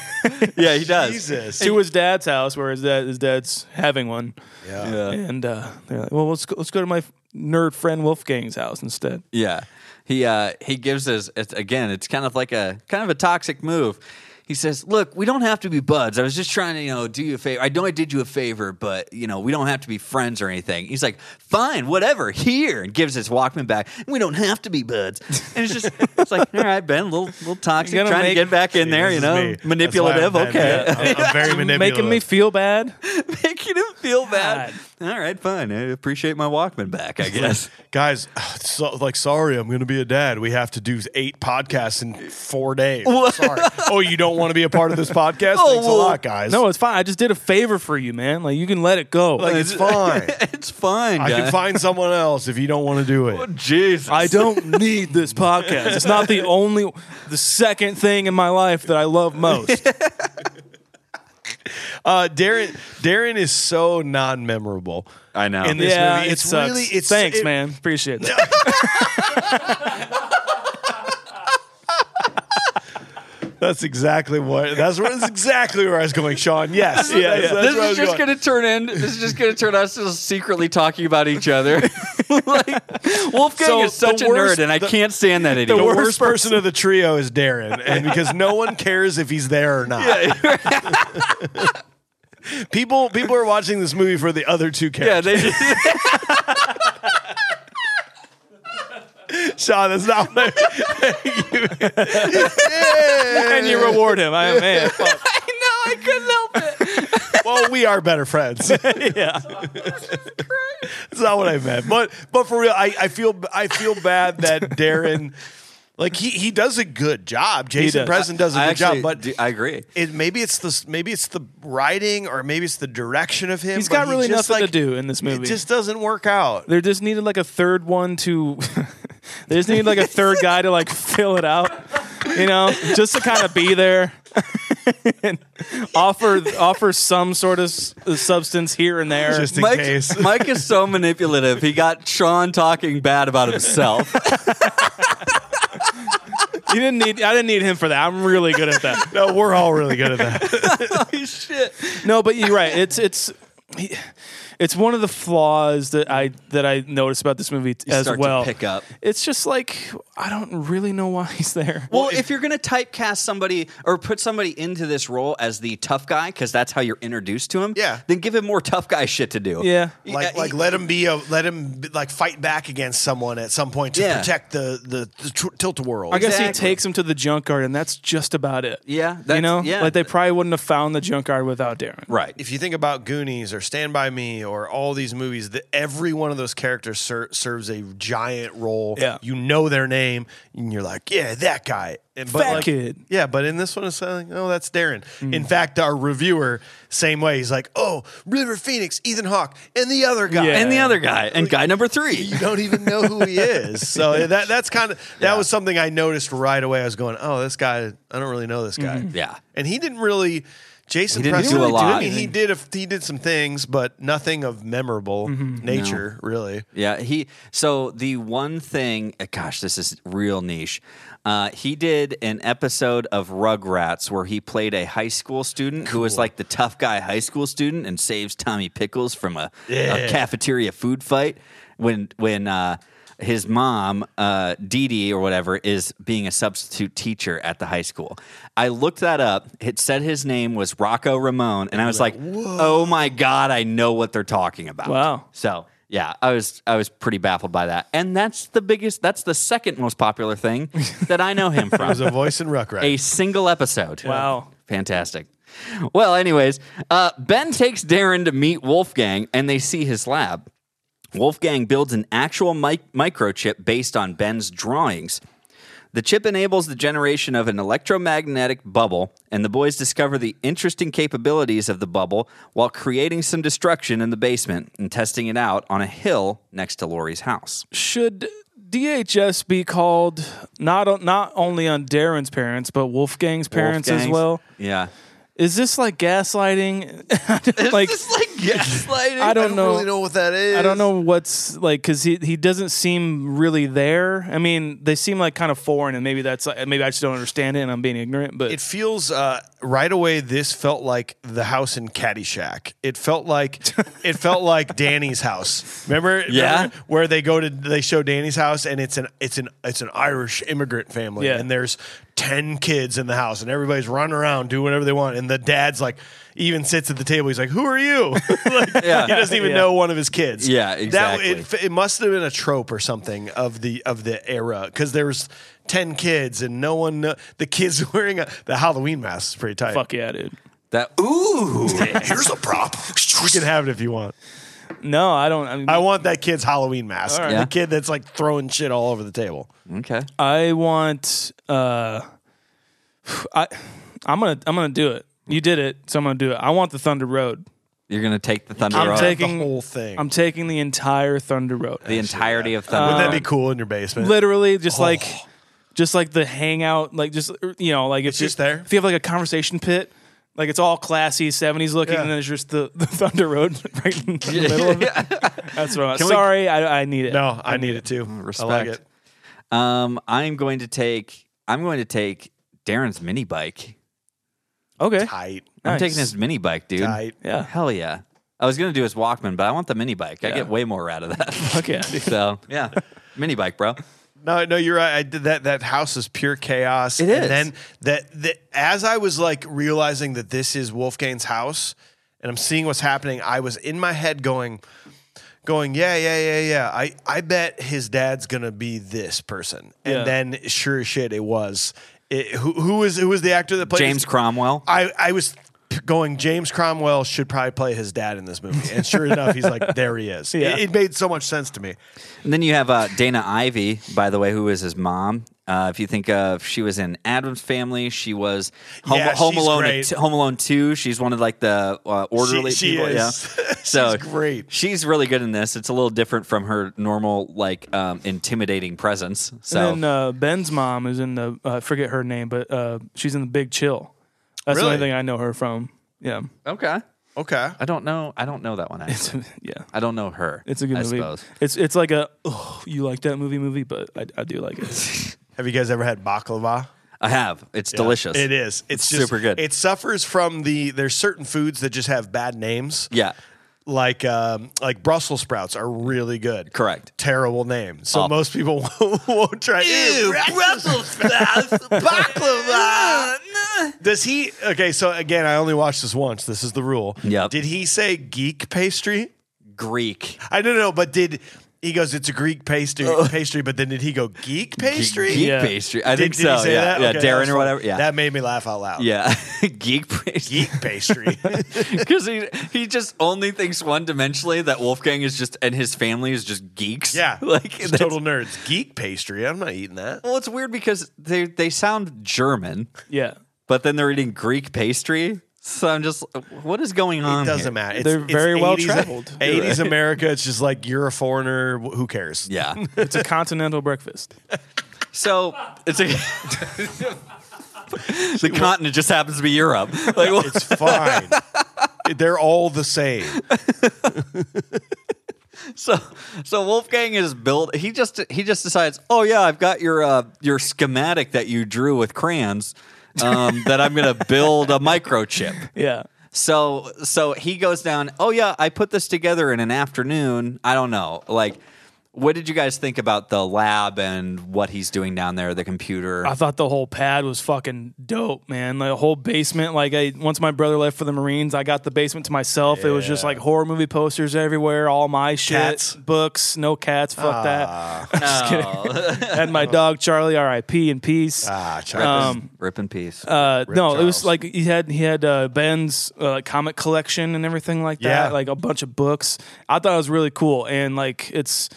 D: Yeah, he does.
A: Jesus.
C: to his dad's house, where his dad his dad's having one.
D: Yeah.
C: And uh, they're like, "Well, let's go, let's go to my f- nerd friend Wolfgang's house instead."
D: Yeah. He uh he gives us it's, again, it's kind of like a kind of a toxic move. He says, "Look, we don't have to be buds. I was just trying to, you know, do you a favor. I know I did you a favor, but you know, we don't have to be friends or anything." He's like, "Fine, whatever." Here and gives his Walkman back. We don't have to be buds. And it's just, it's like, all right, Ben, a little, little toxic,
C: You're
D: trying
C: gonna
D: to
C: make-
D: get back in there,
A: This
D: you
A: is me.
D: know,
A: That's why
D: manipulative.
A: I'm
D: Okay,
A: bad. Yeah, I'm, I'm very manipulative.
C: Making me feel bad.
D: making him feel bad. All right, fine. I appreciate my Walkman back. I guess.
A: guys. So, like, sorry, I'm going to be a dad. We have to do eight podcasts in four days. Sorry. Oh, you don't want to be a part of this podcast?
D: Oh,
A: Thanks
D: well,
A: a lot, guys.
C: No, it's fine. I just did a favor for you, man. Like you can let it go.
A: like it's fine.
D: it's fine.
A: I
D: guys.
A: can find someone else if you don't want to do
C: Oh,
A: it.
D: Jesus.
C: I don't need this podcast. It's not the only, the second thing in my life that I love most.
A: Uh, Darren, Darren is so non-memorable.
D: I know.
A: In this
C: yeah,
A: movie,
C: it
A: it's
C: sucks.
A: really it's
C: Thanks,
A: it-
C: man. Appreciate that.
A: That's exactly what. That's, where, that's exactly where I was going, Sean. Yes, yeah, yeah. That's
D: this
A: where I
D: is
A: was
D: just
A: going.
D: going to turn in. This is just going to turn us to secretly talking about each other. like, Wolfgang
A: So
D: is such
A: the
D: a
A: worst-
D: nerd, and I
A: the-
D: can't stand that idiot.
A: the worst, person, of the trio is Darren, and because no one cares if he's there or not. people people are watching this movie for the other two
D: Yeah,
A: characters.
D: they
A: Sean, that's not what I
C: and you reward him. I man. fuck.
D: I couldn't help it.
A: Well, we are better friends. yeah. That's not what I meant. But but for real, I, I feel I feel bad that Darren like he, he does a good job. Jason
C: does.
A: Preston does a
D: I
A: good
D: actually
A: job, but
D: do- I agree.
A: It, maybe it's the maybe it's the writing or maybe it's the direction of him.
C: He's
A: but
C: got
A: he
C: really
A: just,
C: nothing
A: like,
C: to do in this
A: It
C: movie.
A: just doesn't work out.
C: There just needed like a third one to. they just need like a third guy to like fill it out, you know, just to kind of be there, and offer offer some sort of s- substance here and there.
A: Just in case.
D: Mike, Mike is so manipulative. He got Sean talking bad about himself.
C: you didn't need. I didn't need him for that. I'm really good at that.
A: no, we're all really good at that.
D: Holy shit.
C: No, but you're right. It's it's it's one of the flaws that I that I noticed about this movie t- as
D: start to
C: well.
D: pick up.
C: It's just like I don't really know why he's there.
D: Well, if, you're going to typecast somebody or put somebody into this role as the tough guy, because that's how you're introduced to him,
A: Yeah.
D: then give him more tough guy shit to do.
C: Yeah.
A: Like, like let him be a let him be, like fight back against someone at some point to
D: Yeah.
A: protect the the, the tr- tilt a whirl.
C: I guess he
D: Exactly.
C: takes him to the junkyard, and that's just about it.
D: Yeah,
C: you
D: that's-
C: know,
D: yeah.
C: like they probably wouldn't have found the junkyard without Darren.
D: Right.
A: if you think about Goonies or Stand by Me or all these movies, that every one of those characters ser- serves a giant role.
C: Yeah.
A: you know their name, and you're like, yeah, that guy. And, but
C: Fat
A: like-
C: kid. Mm.
A: Yeah, but in this one, it's like, oh, that's Darren. In fact, our reviewer, same way, he's like, oh, River Phoenix, Ethan Hawke, and the other guy.
C: Yeah.
D: and the other guy, and guy number three.
A: you don't even know who he is. So that that's kind of that was something I noticed right away. I was going, "Oh, this guy, I don't really know this guy."
D: Mm-hmm. Yeah.
A: and he didn't really. Jason
D: He didn't
A: Preston-
D: do a lot.
A: I mean, he did a, he did some things, but nothing of memorable
D: Mm-hmm.
A: nature, really.
D: Yeah, he. So the one thing, uh, gosh, this is real niche. Uh, he did an episode of Rugrats where he played a high school student who was like the tough guy high school student and saves Tommy Pickles from a, a cafeteria food fight when when uh, his mom, uh, Dee Dee or whatever, is being a substitute teacher at the high school. I looked that up. It said his name was Rocco Ramone, and I was like, oh my god, I know what they're talking about.
C: Wow.
D: So yeah, I was I was pretty baffled by that, and that's the biggest. That's the second most popular thing that I know him
A: It was a
D: from.
A: voice in Rugrats.
D: a single episode.
C: Wow.
D: fantastic. Well, anyways, uh, Ben takes Darren to meet Wolfgang, and they see his lab. Wolfgang builds an actual mic- microchip based on Ben's drawings. The chip enables the generation of an electromagnetic bubble, and the boys discover the interesting capabilities of the bubble while creating some destruction in the basement and testing it out on a hill next to Lori's house.
C: Should DHS be called not o- not only on Darren's parents but Wolfgang's parents as
D: Wolfgang's-
C: well?
D: Yeah.
C: Is this like gaslighting? like
D: like gaslighting.
C: I don't, know.
A: really know what that is.
C: I don't know what's like because he he doesn't seem really there. I uh, mean, they seem like kind of foreign, and maybe that's like, maybe I just don't understand it, and I'm being ignorant. But
A: It feels uh, right away this felt like the house in Caddyshack. It felt like it felt like Danny's house. Remember,
D: Yeah.
A: remember where they go to they show Danny's house and it's an it's an it's an Irish immigrant family
C: Yeah.
A: and there's 10 kids in the house and everybody's running around doing whatever they want and the dad's like even sits at the table he's like who are you like, he
D: Yeah.
A: doesn't even
C: Yeah.
A: know one of his kids
D: Yeah,
A: that, it
D: exactly.
A: it must have been a trope or something of the of the era because there's 10 kids and no one kno- the kids wearing a, the halloween mask is pretty tight
C: Fuck yeah, dude.
D: That ooh,
A: here's a prop you can have it if you want
C: No, I don't. I, mean,
A: i want that kid's halloween mask
C: All right.
A: the
D: Yeah.
A: kid that's like throwing shit all over the table
D: okay.
C: I want. Uh, I, I'm gonna I'm gonna do it. You did it, so I'm gonna do it. I want the Thunder Road.
D: You're gonna take the Thunder
A: I'm
D: Road,
C: taking-
A: the whole thing
C: I'm taking the entire Thunder Road.
D: the entirety of Thunder.
A: wouldn't
D: Road.
A: that be
C: Uh,
A: cool in your basement
C: Literally, just
A: Oh.
C: like, just like the hangout, like just you know, like if
A: It's
C: you-
A: just there.
C: If you have like a conversation pit, like it's all classy '70s looking,
A: Yeah.
C: and then it's just the, the Thunder Road right in the middle of it. That's what. I want. Sorry, I, I need it.
A: no i need it too i like
D: Mm, Respect.
A: it
D: Um, I'm going to take. I'm going to take Darren's mini bike.
C: Okay.
A: tight
D: I'm
C: Nice.
D: taking his mini bike, dude.
A: tight
C: Yeah.
D: Hell yeah. I was gonna do his Walkman, but I want the mini bike. I
C: Yeah.
D: get way more out of that.
C: Fuck yeah.
D: so yeah, mini bike, bro.
A: No, no, you're right. I did that. That house is pure chaos.
D: It
A: and
D: is.
A: Then that, that as I was like realizing that this is Wolfgang's house, and I'm seeing what's happening. I was in my head going, going, yeah, yeah, yeah, yeah. I I bet his dad's gonna be this person. And
C: Yeah.
A: then sure as shit, it was. It, who who was who was the actor that played
D: James
A: his-
D: Cromwell.
A: I I was going James Cromwell should probably play his dad in this movie. And sure enough, he's like, there he is.
C: Yeah.
A: It, it made so much sense to me.
D: And then you have uh, Dana Ivy, by the way, who is his mom. Uh, if you think of, she was in Adam's Family. She was Home,
A: Yeah,
D: Home
A: she's
D: Alone,
A: great.
D: t- Home Alone Two. She's one of like the uh, orderly
A: she
D: people.
A: is.
D: Yeah,
A: She's
D: so
A: great.
D: She's really good in this. It's a little different from her normal, like um, intimidating presence. So
C: And then uh, Ben's mom is in the uh, I forget her name, but uh, she's in the Big Chill. That's the only
A: Really?
C: thing I know her from. Yeah,
D: okay,
A: Okay.
D: I don't know. I don't know that one. Actually.
C: yeah.
D: I don't know her.
C: It's a good
D: I
C: movie.
D: Suppose.
C: It's it's like a oh you like that movie movie, but I, I do like it.
A: Have you guys ever had baklava?
D: I have. It's delicious.
A: It is. It's,
D: It's
A: just,
D: super good.
A: It suffers from the there's certain foods that just have bad names.
D: Yeah.
A: Like um, like Brussels sprouts are really good.
D: Correct. Oh.
A: Terrible name. So
D: Awful.
A: most people won't try. Ew, Brussels sprouts, baklava. Does he? Okay, so again, I only watched this once. This is the rule.
D: Yep.
A: Did he say geek pastry?
D: Greek.
A: I don't know, but did he goes? It's a Greek pastry, pastry. But then did he go geek pastry?
D: Oh. Geek
C: Yeah.
D: pastry. I
A: Did-
D: think
A: did
D: so.
A: he say
D: yeah.
A: that?
D: Yeah.
A: Okay, that was
D: Darren or
A: funny.
D: whatever. Yeah.
A: that made me laugh out loud.
D: yeah. Geek pastry.
A: geek pastry.
D: Because he he just only thinks one dimensionally that Wolfgang is just and his family is just geeks.
A: yeah,
D: like
A: Just
D: that's-
A: total nerds. Geek pastry. I'm not eating that.
D: Well, it's weird because they they sound German,
C: yeah,
D: but then they're eating Greek pastry. So I'm just, what is going on?
A: It
D: here?
A: doesn't matter. It's,
C: They're
A: it's
C: very well
A: 80s
C: traveled.
A: 80s America. It's just like you're a foreigner. wh- Who cares?
D: Yeah.
C: it's a continental breakfast.
D: So it's a. the continent just happens to be Europe. Like, well,
A: It's fine. They're all the same.
D: so so Wolfgang is built. He just he just decides. Oh yeah, I've got your uh, your schematic that you drew with crayons. Um, that I'm gonna build a microchip.
C: Yeah,
D: So so he goes down. Oh yeah, I put this together in an afternoon. I don't know. Like, what did you guys think about the lab and what he's doing down there? The computer.
C: I thought the whole pad was fucking dope, man. The whole basement, like I once my brother left for the Marines, I got the basement to myself. It was just like horror movie posters everywhere, all my shit,
A: Cats?
C: books, no cats, fuck
A: Ah,
C: that. I'm just
D: Oh.
C: kidding. Had my dog Charlie, R.I.P. in peace.
A: Ah, Charles.
C: um,
D: Rip in peace.
C: Uh, no, it was
A: Charles.
C: like he had he had uh, Ben's uh, comic collection and everything like that,
A: Yeah.
C: like a bunch of books. I thought it was really cool, and like it's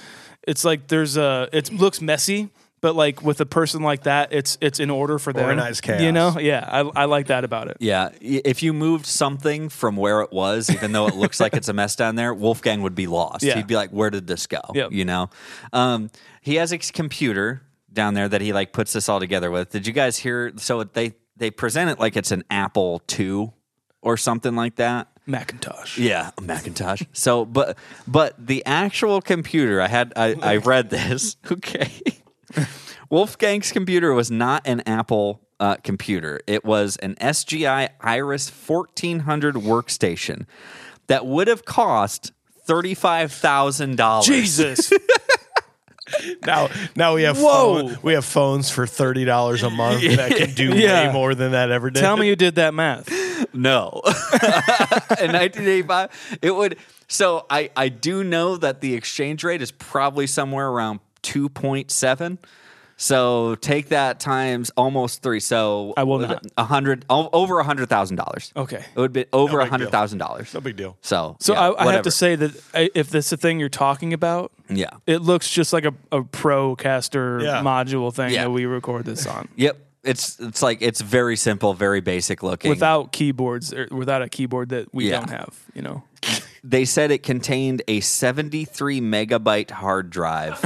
C: it's like there's a it looks messy, but like with a person like that, it's it's in order for them.
A: Organized chaos.
C: you know? Yeah, I, I like that about it.
D: Yeah, i- if you moved something from where it was, even though it looks like it's a mess down there, Wolfgang would be lost.
C: Yeah.
D: He'd be like, "Where did this go?"
C: Yep.
D: You know, um, he has a computer down there that he like puts this all together with. Did you guys hear? So they they present it like it's an Apple II or something like that.
C: Macintosh.
D: Yeah, a Macintosh. so, but but the actual computer, I had I, I read this. Okay, Wolfgang's computer was not an Apple uh, computer. It was an SGI Iris 1400 workstation that would have cost $35,000.
C: Jesus.
A: Now, now we have
C: Whoa.
A: phone- we have phones for thirty dollars a month that can do
C: Yeah.
A: way more than that ever did.
C: Tell me you did that math.
D: No. In 1985, it would. So I, I do know that the exchange rate is probably somewhere around 2.7. So take that times almost three. So
C: I will not.
D: A hundred, o- over a hundred thousand dollars.
C: Okay.
D: It would be
A: No
D: over a
A: big deal.
D: hundred thousand dollars.
A: No big deal.
D: So,
C: So
D: yeah,
C: I, I have
D: whatever.
C: to say that I, if that's the thing you're talking about,
D: yeah.
C: it looks just like a, a Procaster
A: Yeah.
C: module thing
D: Yeah.
C: that we record this on.
D: Yep. It's, it's like, it's very simple, very basic looking.
C: Without keyboards, or without a keyboard that we
D: Yeah.
C: don't have, you know.
D: they said it contained a 73 megabyte hard drive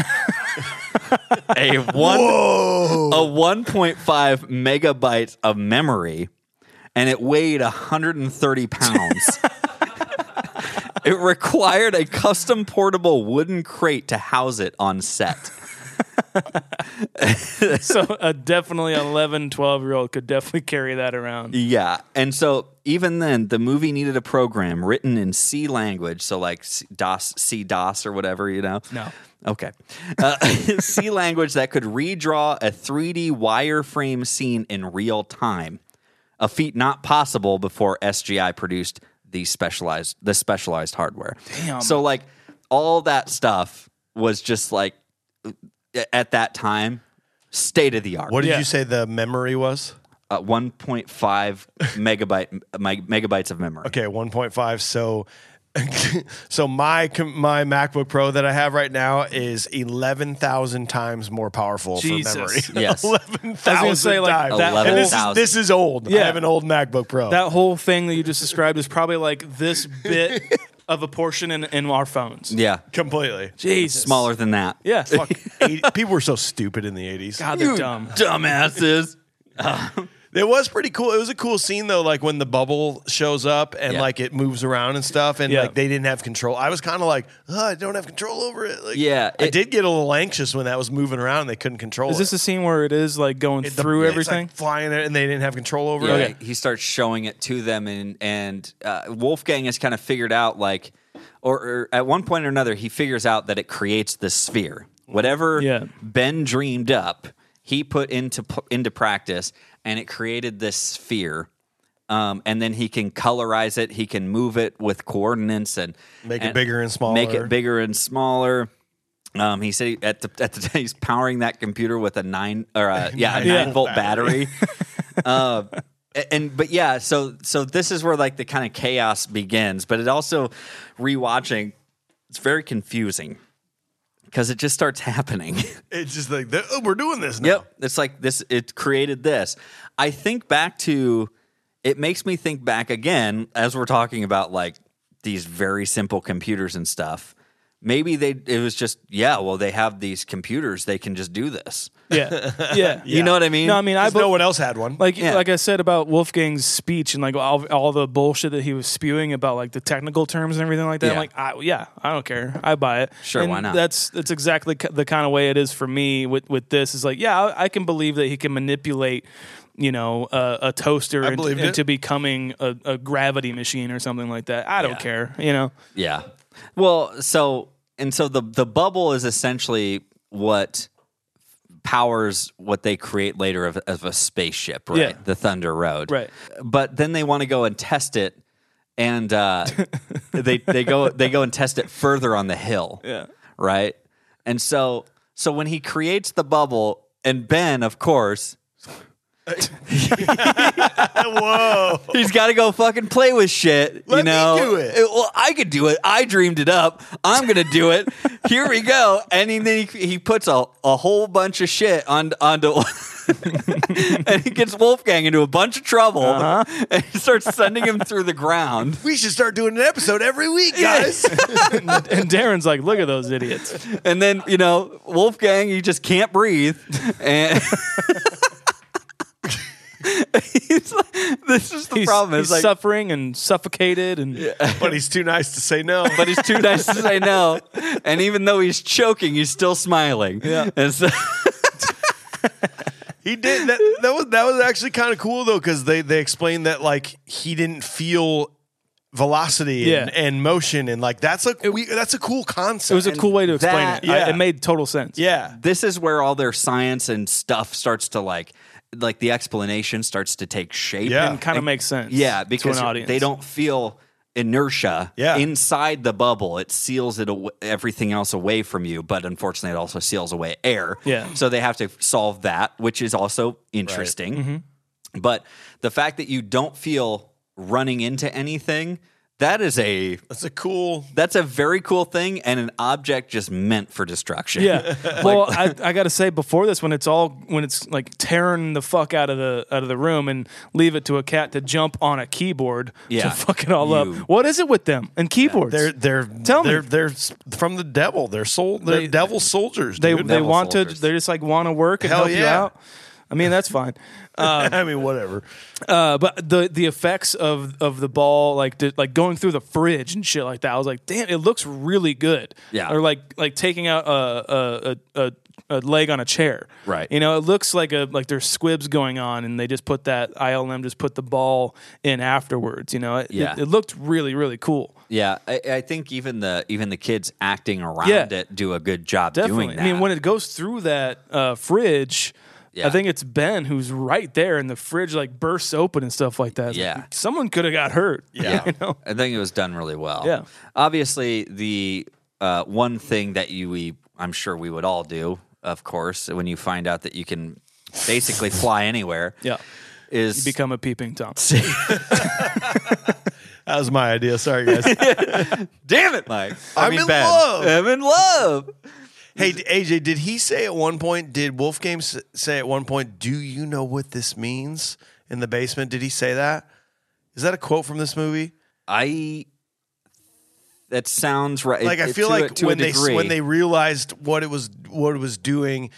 D: a one a 1.5 megabytes of memory and it weighed 130 pounds it required a custom portable wooden crate to house it on set
C: So a definitely 11, 12 year old could definitely carry that around.
D: Yeah. And so even then, the movie needed a program written in C language. So, like C- DOS, C DOS or whatever, you know?
C: No.
D: Okay. Uh, C language that could redraw a 3D wireframe scene in real time, a feat not possible before SGI produced the specialized the specialized hardware. Damn. So like all that stuff was just like uh, at that time state of the art
A: What did
C: Yeah.
A: you say the memory was?
D: uh, 1.5 megabyte meg- megabytes of memory.
A: Okay, one point five. So, so my com- my MacBook Pro that I have right now is eleven thousand times more powerful
C: Jesus.
A: for memory.
D: Yes.
A: eleven thousand
C: say, like,
A: times.
D: that
A: and this is
D: 11,000.
A: this is old. I
C: Yeah.
A: have an old MacBook Pro.
C: That whole thing that you just described is probably like this bit of a portion in, in our phones.
D: Yeah.
A: completely.
C: Jesus.
D: Smaller than that.
C: Yeah.
A: Fuck, 80 people were so stupid in the eighties.
C: God, they're dumb.
D: Dumbasses.
A: It was pretty cool. It was a cool scene though, like when the bubble shows up and
D: Yeah.
A: like it moves around and stuff, and
C: Yeah.
A: like they didn't have control. I was kind of like, oh, I don't have control over it. Like,
D: Yeah,
A: I
D: it-
A: did get a little anxious when that was moving around. and They couldn't control.
C: Is this
A: it.
C: a scene where it is like going
A: It- the-
C: through
A: it's, like,
C: everything?
A: flying it, and they didn't have control over
D: Yeah,
A: it?
D: He starts showing it to them, and and uh, Wolfgang has kind of figured out like, or, or at one point or another, he figures out that it creates this sphere. Whatever
C: Yeah.
D: Ben dreamed up, he put into p- into practice, and it created this sphere. Um, and then he can colorize it. He can move it with coordinates and
A: Make it
D: and
A: bigger and
D: Make
A: smaller.
D: it bigger and smaller. Um, he said he, at the at the time he's powering that computer with a nine or a, yeah a nine
C: Yeah.
D: volt battery. uh, a- and but yeah, so so this is where like the kind of chaos begins. But it also rewatching, it's very confusing because it just starts happening.
A: It's just like the- oh, we're doing this now.
D: Yep. It's like this, it created this. I think back to, it makes me think back again as we're talking about like these very simple computers and stuff. Maybe they, it was just, yeah, well, they have these computers. They can just do this.
C: Yeah. Yeah.
D: You know what I mean?
C: No, I mean, I,
A: 'Cause
C: be-
A: no one else had one.
C: like
D: Yeah.
C: like I said about Wolfgang's speech and like all, all the bullshit that he was spewing about like the technical terms and everything like that. I'm
D: Yeah.
C: like, I, yeah, I don't care. I buy it.
D: Sure,
C: And
D: why not?
C: That's that's exactly ki- the kind of way it is for me with with this. Is like, yeah, I, I can believe that he can manipulate. You know, uh, a toaster into,
A: believed it.
C: into becoming a, a gravity machine or something like that. I don't
D: Yeah.
C: care. You know,
D: Yeah. Well, so and so the the bubble is essentially what powers what they create later of, of a spaceship, right?
C: Yeah.
D: The Thunder Road,
C: Right.
D: But then they want to go and test it, and uh, they they go they go and test it further on the hill, yeah. Right. And so so when he creates the bubble, and Ben, of course,
A: Whoa!
D: He's got to go fucking play with shit.
A: Let me
D: you know,
A: do it.
D: Well, I could do it. I dreamed it up. I'm gonna do it. Here we go. And he, then he, he puts a, a whole bunch of shit on onto. and he gets Wolfgang into a bunch of trouble
A: Uh-huh.
D: and he starts sending him through the ground.
A: we should start doing an episode every week, guys.
C: and Darren's like, look at those idiots.
D: And then, you know, Wolfgang, he just can't breathe. And he's like, this is the
C: He's,
D: problem.
C: he's
D: It's like,
C: suffering and suffocated and
A: but he's too nice to say no.
D: but he's too nice to say no. And even though he's choking, he's still smiling. Yeah. And so
A: He did that. That was that was actually kind of cool though, because they they explained that like he didn't feel velocity and,
C: Yeah.
A: and motion and like that's a we, that's a cool concept.
C: It was a cool way to explain
D: that-
C: it. I-
A: yeah.
C: it made total sense.
A: yeah.
D: this is where all their science and stuff starts to like like the explanation starts to take shape
A: Yeah.
C: and kind of makes sense.
D: yeah
C: to
D: because
C: an audience.
D: they don't feel inertia
A: Yeah.
D: inside the bubble it seals it aw- everything else away from you but unfortunately it also seals away air
C: Yeah.
D: so they have to solve that which is also interesting
C: Mm-hmm.
D: but the fact that you don't feel running into anything that is a
A: That's a cool.
D: that's a very cool thing and an object just meant for destruction
C: Yeah. well, I, I got to say before this, when it's all when it's like tearing the fuck out of the out of the room and leave it to a cat to jump on a keyboard
D: Yeah.
C: to fuck it all
D: You-
C: up. What is it with them and keyboards?
A: They're they're
C: Tell me.
A: they're, they're s- from the devil. They're soul. They're
C: They-
A: devil soldiers.
C: they
A: dude.
C: they
D: Devil
C: want
D: soldiers.
C: to. They just like want to work and
A: Hell
C: help you
A: yeah.
C: out. I mean that's fine, uh,
A: I mean, whatever.
C: uh, but the the effects of of the ball like di- like going through the fridge and shit like that. I was like, damn, it looks really good.
D: Yeah.
C: or like like taking out a a a, a, a leg on a chair.
D: Right.
C: You know, it looks like a like there's squibs going on, and they just put that ILM just put the ball in afterwards. You know, it,
D: Yeah.
C: it, it looked really really cool.
D: Yeah, I, I think even the even the kids acting around
C: Yeah.
D: it do a good job
C: Definitely.
D: doing that.
C: I mean, when it goes through that uh, fridge,
D: Yeah.
C: I think it's Ben who's right there, and the fridge like bursts open and stuff like that. It's like,
D: Yeah.
C: someone could have got hurt.
D: yeah,
C: you know?
D: I think it was done really well.
C: Yeah.
D: obviously the uh, one thing that you we I'm sure we would all do, of course, when you find out that you can basically fly anywhere.
C: Yeah.
D: is
C: Become a peeping tom.
A: That was my idea. Sorry, guys.
D: damn it, Mike. I
A: I'm
D: mean,
A: in
D: Ben.
A: love.
D: I'm in love.
A: Hey d- AJ, did he say at one point? Did Wolfgang s- say at one point? Do you know what this means in the basement? Did he say that? Is that a quote from this movie?
D: I. That sounds right.
A: Like I
D: It-
A: feel
D: to a-
A: like
D: to a
A: when they s-
D: degree.
A: when they realized what it was what it was doing,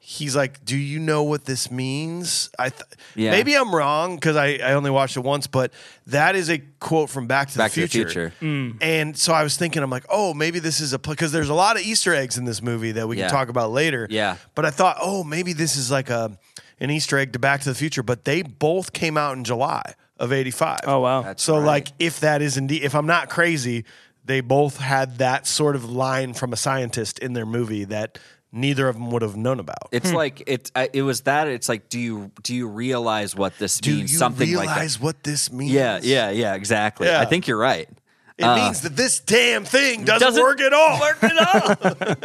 A: he's like, "Do you know what this means?" I th-
D: Yeah.
A: maybe I'm wrong because I I only watched it once, but that is a quote from Back to
D: Back
A: the
D: to the
A: Future.
D: Future.
C: Mm.
A: And so I was thinking, I'm like, oh, maybe this is a because there's a lot of Easter eggs in this movie that we
D: Yeah.
A: can talk about later.
D: Yeah.
A: But I thought, oh, maybe this is like a an Easter egg to Back to the Future. But they both came out in July of '85.
C: Oh wow.
A: so like, if that is indeed, if I'm not crazy, they both had that sort of line from a scientist in their movie that neither of them would have known about.
D: It's like it. I- It was that. It's like, do you do you realize what this
A: Do
D: means?
A: you
D: Something like
A: realize
D: that.
A: what this means?
D: Yeah, yeah, yeah. Exactly.
A: Yeah.
D: I think you're right.
A: It means that this damn thing doesn't, work at all.
D: Work at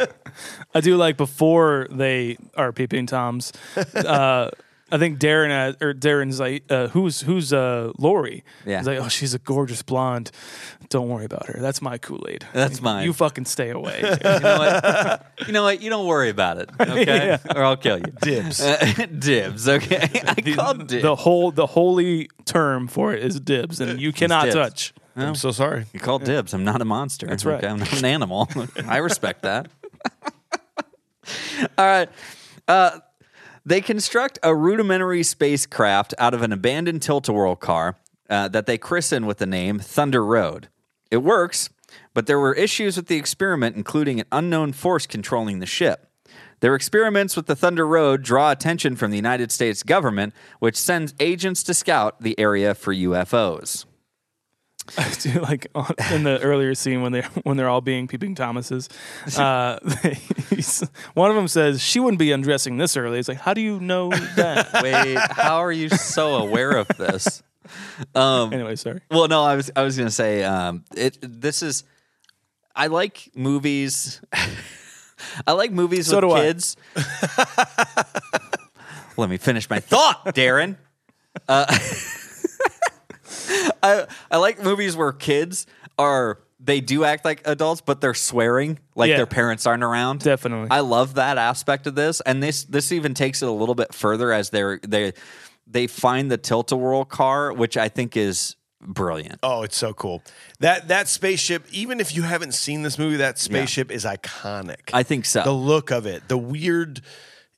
D: all.
C: I do like before they are peeping toms. Uh, I think Darren uh, or Darren's like, uh, who's who's uh, Lori?
D: Yeah.
C: He's like, oh, she's a gorgeous blonde. Don't worry about her. That's my Kool Aid.
D: That's mine.
C: You fucking stay away.
D: you know what? You know what? You don't worry about it. Okay, or I'll kill you.
A: Dibs.
D: Uh, dibs. Okay, I called dibs.
C: the whole the holy term for it is dibs, and you cannot
D: dibs.
C: touch.
A: I'm so sorry.
D: you called dibs. I'm not a monster. That's
C: right.
D: I'm not an animal. I respect that. all right. Uh, they construct a rudimentary spacecraft out of an abandoned tilt-a-whirl car uh, that they christen with the name Thunder Road. It works, but there were issues with the experiment, including an unknown force controlling the ship. Their experiments with the Thunder Road draw attention from the United States government, which sends agents to scout the area for UFOs.
C: I do like on, in the earlier scene when they when they're all being peeping Thomases. Uh, he's- one of them says she wouldn't be undressing this early. It's like, how do you know that?
D: Wait, how are you so aware of this?
C: anyway, sorry.
D: Well, no, I was I was gonna say um, it. This is I like movies. I like movies
C: So
D: with
C: do I.
D: kids. Let me finish my thought, Darren. Uh, I I like movies where kids are they do act like adults, but they're swearing like
C: Yeah.
D: their parents aren't around.
C: Definitely.
D: I love that aspect of this, and this this even takes it a little bit further as they're they they find the tilt a whirl car, which I think is brilliant.
A: Oh, it's so cool. That that spaceship, even if you haven't seen this movie, that spaceship is iconic.
D: I think so.
A: the look of it, the weird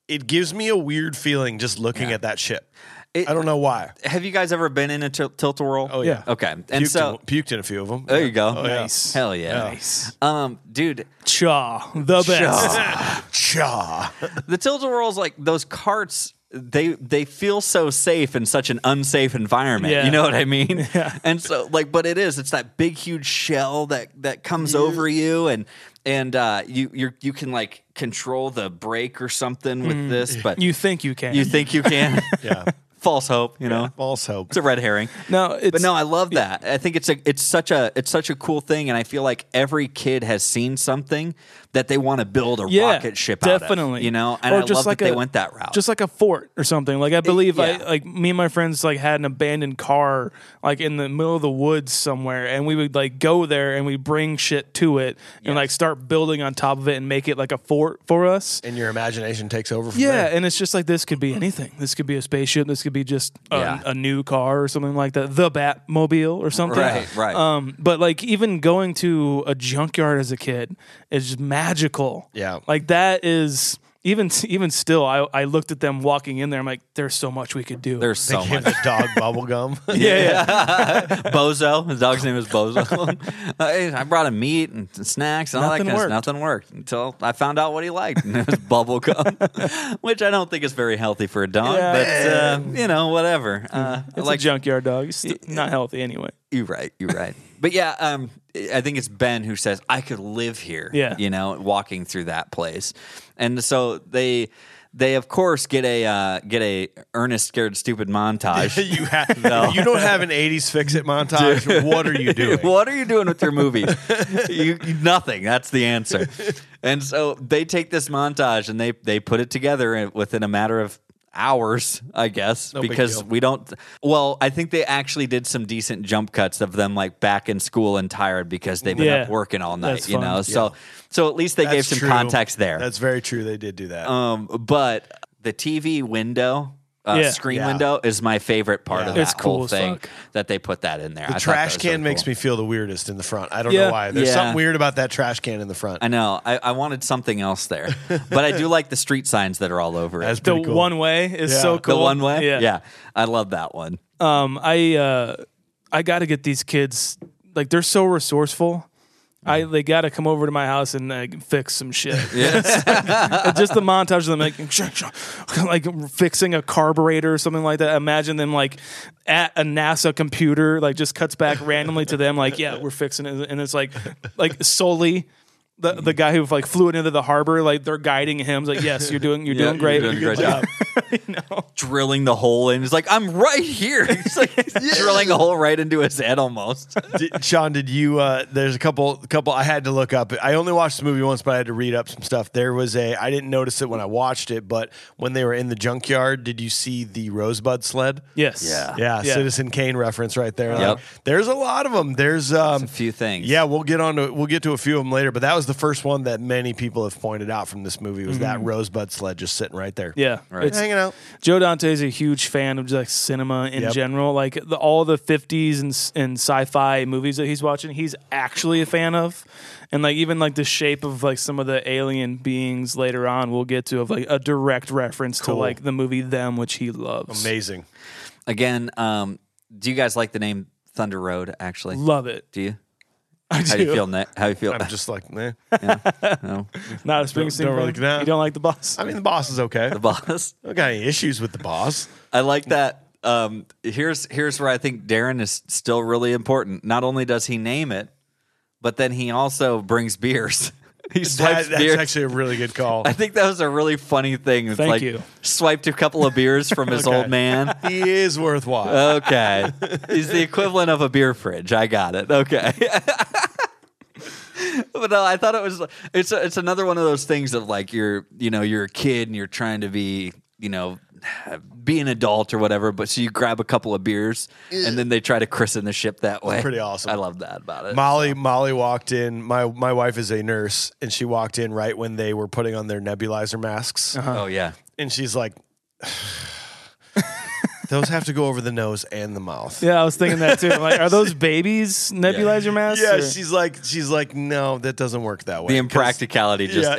A: it gives me a weird feeling just looking at that ship.
D: It-
A: I don't know why.
D: Have you guys ever been in a tilt a whirl? Oh
C: yeah.
D: Okay, and
A: Puked,
D: so
A: in, puked in a few of Oh, them.
D: there you go.
C: Nice.
D: Hell Oh, yeah.
C: Nice.
D: Um, dude,
C: Chaw, the best.
A: Cha.
D: the tilt a whirls like those carts they they feel so safe in such an unsafe environment.
C: Yeah.
D: You know what I mean? And so like but it is it's that big huge shell that that comes over you and and uh you you you can like control the brake or something with this but
C: Mm. You think you can.
D: you think you can.
A: Yeah.
D: False hope, you know.
A: False hope.
D: It's a red herring.
C: No,
D: but
C: it's-
D: no, I love that. I think it's a it's such a it's such a cool thing, and I feel like every kid has seen something that they want to build a
C: yeah,
D: rocket ship out of,
C: definitely.
D: you know, and
C: Or
D: I love that they went that route.
C: Just like a fort or something. Like I believe, I,
D: yeah.
C: like me and my friends, like had an abandoned car, like in the middle of the woods somewhere, and we would like go there and we bring shit to it and like start building on top of it and make it like a fort for us.
A: And your imagination takes over from
C: Yeah,
A: there.
C: and it's just like this could be anything. This could be a spaceship. This could be just a,
D: Yeah.
C: a new car or something like that. The Batmobile or something.
D: Right, right.
C: Um, but like even going to a junkyard as a kid is just magical.
A: Yeah.
C: like that is even even still. I I looked at them walking in there. I'm like, there's so much we could do.
D: There's so
A: Give
D: much.
A: the dog bubble gum.
D: Bozo. His dog's name is Bozo. I I brought him meat and snacks and all that
C: Nothing
D: kind of
C: worked.
D: stuff. Nothing worked until I found out what he liked, and it was bubble gum, which I don't think is very healthy for a dog. But uh, you know, whatever. Uh, I
C: it's
D: like
C: like junkyard dog. It's st- not healthy anyway.
D: You're right. You're right. but yeah, um, I think it's Ben who says I could live here.
C: Yeah.
D: you know, walking through that place, and so they. They of course get a uh, get a Ernest scared stupid montage.
A: you have if you don't have an 80s fix it montage. What are you doing?
D: what are you doing with your movies? you, you- nothing. That's the answer. And so they take this montage and they they put it together in- within a matter of hours, I guess,
A: big
D: because
A: deal.
D: we don't. Well, I think they actually did some decent jump cuts of them like back in school and tired because they've been
C: Yeah.
D: up working all night,
C: That's
D: you
C: fun.
D: know. So so at least they
A: That's
D: gave some
A: true.
D: context there.
A: That's very true. They did do that.
D: um, but the TV window. Uh,
C: Yeah.
D: Screen
A: Yeah.
D: window is my favorite part of
A: Yeah.
D: that
C: It's cool
D: whole
C: as
D: thing
C: fuck.
D: that they put that in there.
A: the trash can makes me feel the weirdest in the front. I don't
C: Yeah.
A: know why. There's
D: Yeah.
A: something weird about that trash can in the front.
D: I know. I, I wanted something else there, but I do like the street signs that are all over
A: That's
D: it.
C: The
A: pretty cool.
C: one way is
A: Yeah.
C: so
A: The
C: cool.
D: The one way,
C: Yeah.
D: I love that one.
C: Um, I uh, I got to get these kids. Like they're so resourceful. I they got to come over to my house and like, fix some shit. just the montage of them like, like fixing a carburetor or something like that. Imagine them like at a NASA computer, like just cuts back randomly to them, like, yeah, we're fixing it, and it's like, like solely. The, the guy who like flew it into the harbor, like they're guiding him. It's like, yes, you're doing, you're
D: Yeah,
C: doing great.
D: you're doing a great job. Drilling the hole in. He's like, I'm right here. He's like drilling a hole right into his head almost.
A: did, Sean, did you? Uh, there's a couple. Couple. I had to look up. I only watched the movie once, but I had to read up some stuff. There was a. I didn't notice it when I watched it, but when they were in the junkyard, did you see the rosebud sled?
C: Yes.
D: Yeah.
A: Yeah,
C: Yeah.
A: Citizen Kane reference right there.
D: Yep.
A: Like, there's a lot of them. There's um,
D: A few things.
A: Yeah, we'll get on to we'll get to a few of them later, but that was the first one that many people have pointed out from this movie was that rosebud sled just sitting right there.
C: Yeah. It's-
A: hanging out.
C: Joe Dante is a huge fan of just like cinema in
A: Yep.
C: general. Like the, all the 50s and, s- and sci-fi movies that he's watching, he's actually a fan of. And like even like the shape of like some of the alien beings later on, we'll get to of like a direct reference
A: Cool.
C: to like the movie Them, which he loves.
A: Amazing.
D: Again, um, do you guys like the name Thunder Road? Actually,
C: Love it.
D: do you?
C: I
D: How do you feel? Ne- how do you feel?
A: I'm just like, man.
D: no.
C: Not a Springsteen
A: don't really
C: fan?
A: like that.
C: You don't like the boss?
A: I mean, the boss is okay.
D: The boss.
A: I don't got any issues with the boss.
D: I like that. Um, here's here's where I think Darren is still really important. Not only does he name it, but then he also brings beers. he
A: That,
D: swipes
A: that's
D: beers.
A: actually a really good call.
D: I think that was a really funny thing. It's
C: Thank
D: like
C: you.
D: swiped a couple of beers from his old man.
A: he is worthwhile.
D: Uh, Okay. He's the equivalent of a beer fridge. I got it. Okay. but no, I thought it was it's it's another one of those things of like you're you know you're a kid and you're trying to be you know be an adult or whatever, but so you grab a couple of beers and then they try to christen the ship that way.
A: pretty awesome.
D: I love that about it.
A: Molly Molly walked in. My my wife is a nurse, and she walked in right when they were putting on their nebulizer masks,
D: oh yeah,
A: and she's like, "Those have to go over the nose and the mouth."
C: yeah, I was thinking that too. I'm like, are those babies nebulizer masks?
A: Yeah,
C: or-
A: she's like, she's like, no, that doesn't work that way.
D: the impracticality just
A: Yeah.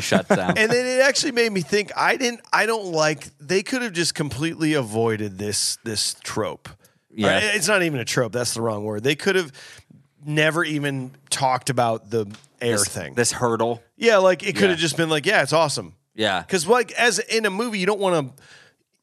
D: shuts down.
A: and then it actually made me think. I didn't. I don't like. They could have just completely avoided this this trope.
D: Yeah.
A: Uh, it's not even a trope. That's the wrong word. They could have never even talked about the air thing.
D: this hurdle.
A: yeah, like it could
D: Yeah.
A: have just been like, yeah, it's awesome.
D: Yeah.
A: Because like as in a movie, you don't want to.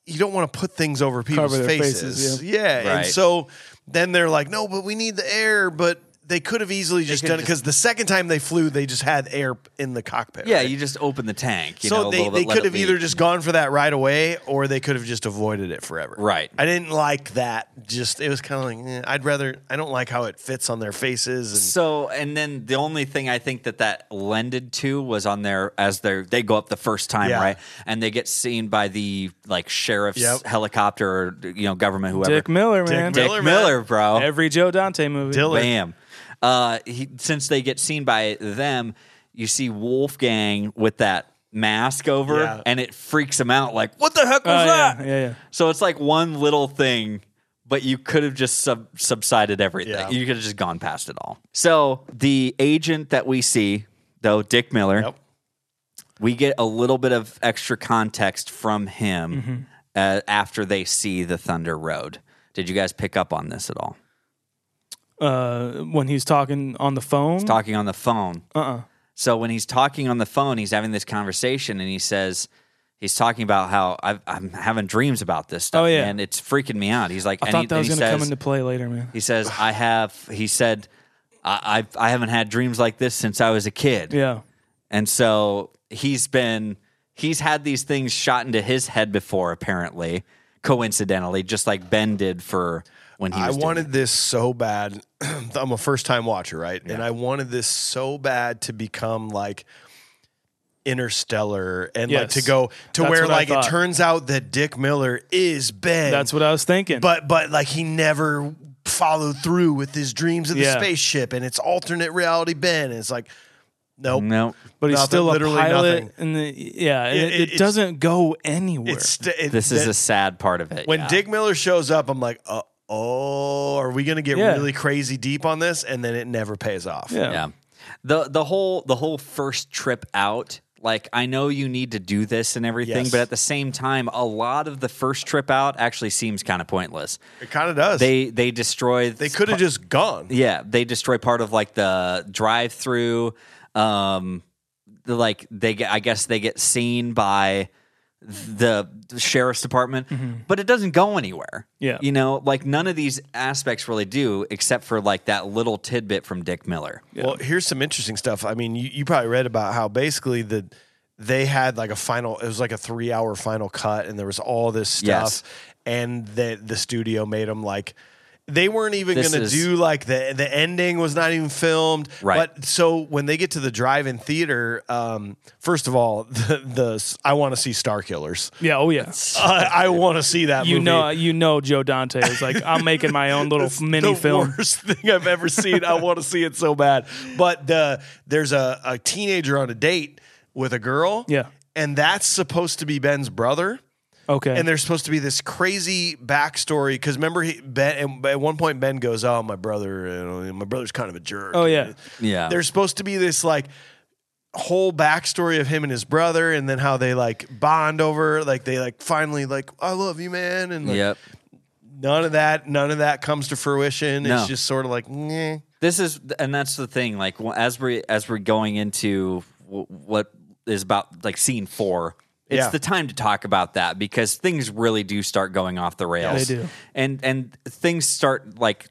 A: you don't want to put things over people's
C: their
A: faces.
C: faces,
A: yeah. And
D: Right.
A: so then they're like, no, but we need the air. But they could have easily just
D: could've
A: done it because the second time they flew, they just had air in the cockpit.
D: Yeah,
A: right?
D: you just open the tank. You
A: so
D: know, a
A: they,
D: little
A: they
D: bit, let
A: could
D: it
A: have either
D: leak.
A: just gone for that right away or they could have just avoided it forever.
D: Right.
A: I didn't like that. Just, it was kind of like, eh, I'd rather, I don't like how it fits on their faces. And
D: Mm-hmm. So, and then the only thing I think that that lended to was on their as they they go up the first time,
A: Yeah.
D: right? And they get seen by the like sheriff's
A: Yep.
D: helicopter or you know government whoever.
C: Dick Miller, man.
D: Dick
A: Miller,
D: Miller,
A: man.
D: bro.
C: Every Joe Dante movie.
A: Diller.
D: Bam. Uh, he, since they get seen by them, you see Wolfgang with that mask over,
A: Yeah.
D: and it freaks him out. Like, what the heck was
C: Oh, yeah,
D: that?
C: yeah, yeah.
D: So it's like one little thing, but you could have just sub- subsided everything.
A: Yeah.
D: You could have just gone past it all. So the agent that we see, though, Dick Miller,
A: Yep.
D: we get a little bit of extra context from him
C: Mm-hmm.
D: uh, after they see the Thunder Road. Did you guys pick up on this at all?
C: Uh, when he's talking on the phone.
D: talking on the phone. Uh-uh. So when he's talking on the phone, he's having this conversation, and he says he's talking about how I've, I'm having dreams about this stuff,
C: Oh, yeah.
D: and it's freaking me out. He's like,
C: I
D: and he,
C: thought that was
D: and he
C: going to come
D: says-
C: into play later, man.
D: He says, I have. He said, I I, I haven't had dreams like this since I was a kid,
C: Yeah.
D: and so he's been he's had these things shot into his head before, apparently, coincidentally, just like Ben did for when he
A: I
D: was doing
A: wanted
D: it.
A: this so bad. I'm a first time watcher, right? And I wanted this so bad to become like interstellar and like
C: Yes.
A: to go to
C: That's
A: where
C: what I
A: like it
C: thought.
A: turns out that Dick Miller is Ben.
C: That's what I was thinking.
A: but but like he never followed through with his dreams of the
C: Yeah.
A: spaceship and it's alternate reality Ben. And it's like nope.
D: no.
C: But he's
A: Nothing,
C: still a
A: literally
C: pilot,
A: nothing.
C: and the, yeah, and
A: It-
C: it,
A: it-
C: it,
A: it's-
C: doesn't go anywhere.
A: It's st- it-
D: This is
A: that-
D: a sad part of it.
A: when
D: yeah.
A: Dick Miller shows up, I'm like, uh, oh, are we gonna get
C: Yeah.
A: really crazy deep on this? And then it never pays off.
C: yeah.
D: Yeah. The the whole the whole first trip out, like I know you need to do this and everything,
A: Yes.
D: but at the same time, a lot of the first trip out actually seems kind of pointless.
A: It kind of does.
D: They they destroy
A: They could have just gone.
D: Yeah, they destroy part of like the drive through. Um, the, like they get, I guess they get seen by the sheriff's department, but it doesn't go anywhere.
C: Yeah.
D: you know, like none of these aspects really do, except for like that little tidbit from Dick Miller.
A: Well, here's some interesting stuff. I mean, you, you probably read about how basically the they had like a final. It was like a three hour final cut, and there was all this stuff,
D: Yes.
A: and the the studio made them like. They weren't even
D: This
A: going to
D: is-
A: do like the the ending was not even filmed.
D: Right.
A: But so when they get to the drive-in theater, um, first of all, the, the I want to see Star Killers.
C: Yeah, oh yeah.
A: I, I want to see that.
C: You
A: movie.
C: know, you know, Joe Dante is like, I'm making my own little mini
A: the
C: film.
A: worst thing I've ever seen. I want to see it so bad. But the there's a, a teenager on a date with a girl.
C: Yeah.
A: And that's supposed to be Ben's brother.
C: Okay,
A: And there's supposed to be this crazy backstory because remember he, Ben at one point Ben goes, "Oh, my brother, uh, my brother's kind of a jerk."
C: oh yeah,
D: Yeah,
A: There's supposed to be this like whole backstory of him and his brother, and then how they like bond over, like they like finally like, "I love you, man," and like,
D: yep.
A: none of that none of that comes to fruition
D: No.
A: it's just sort of like "Nyeh."
D: this is and that's the thing like well, as we as we're going into w- what is about like scene four it's
A: Yeah.
D: the time to talk about that because things really do start going off the rails
C: they do.
D: and and things start like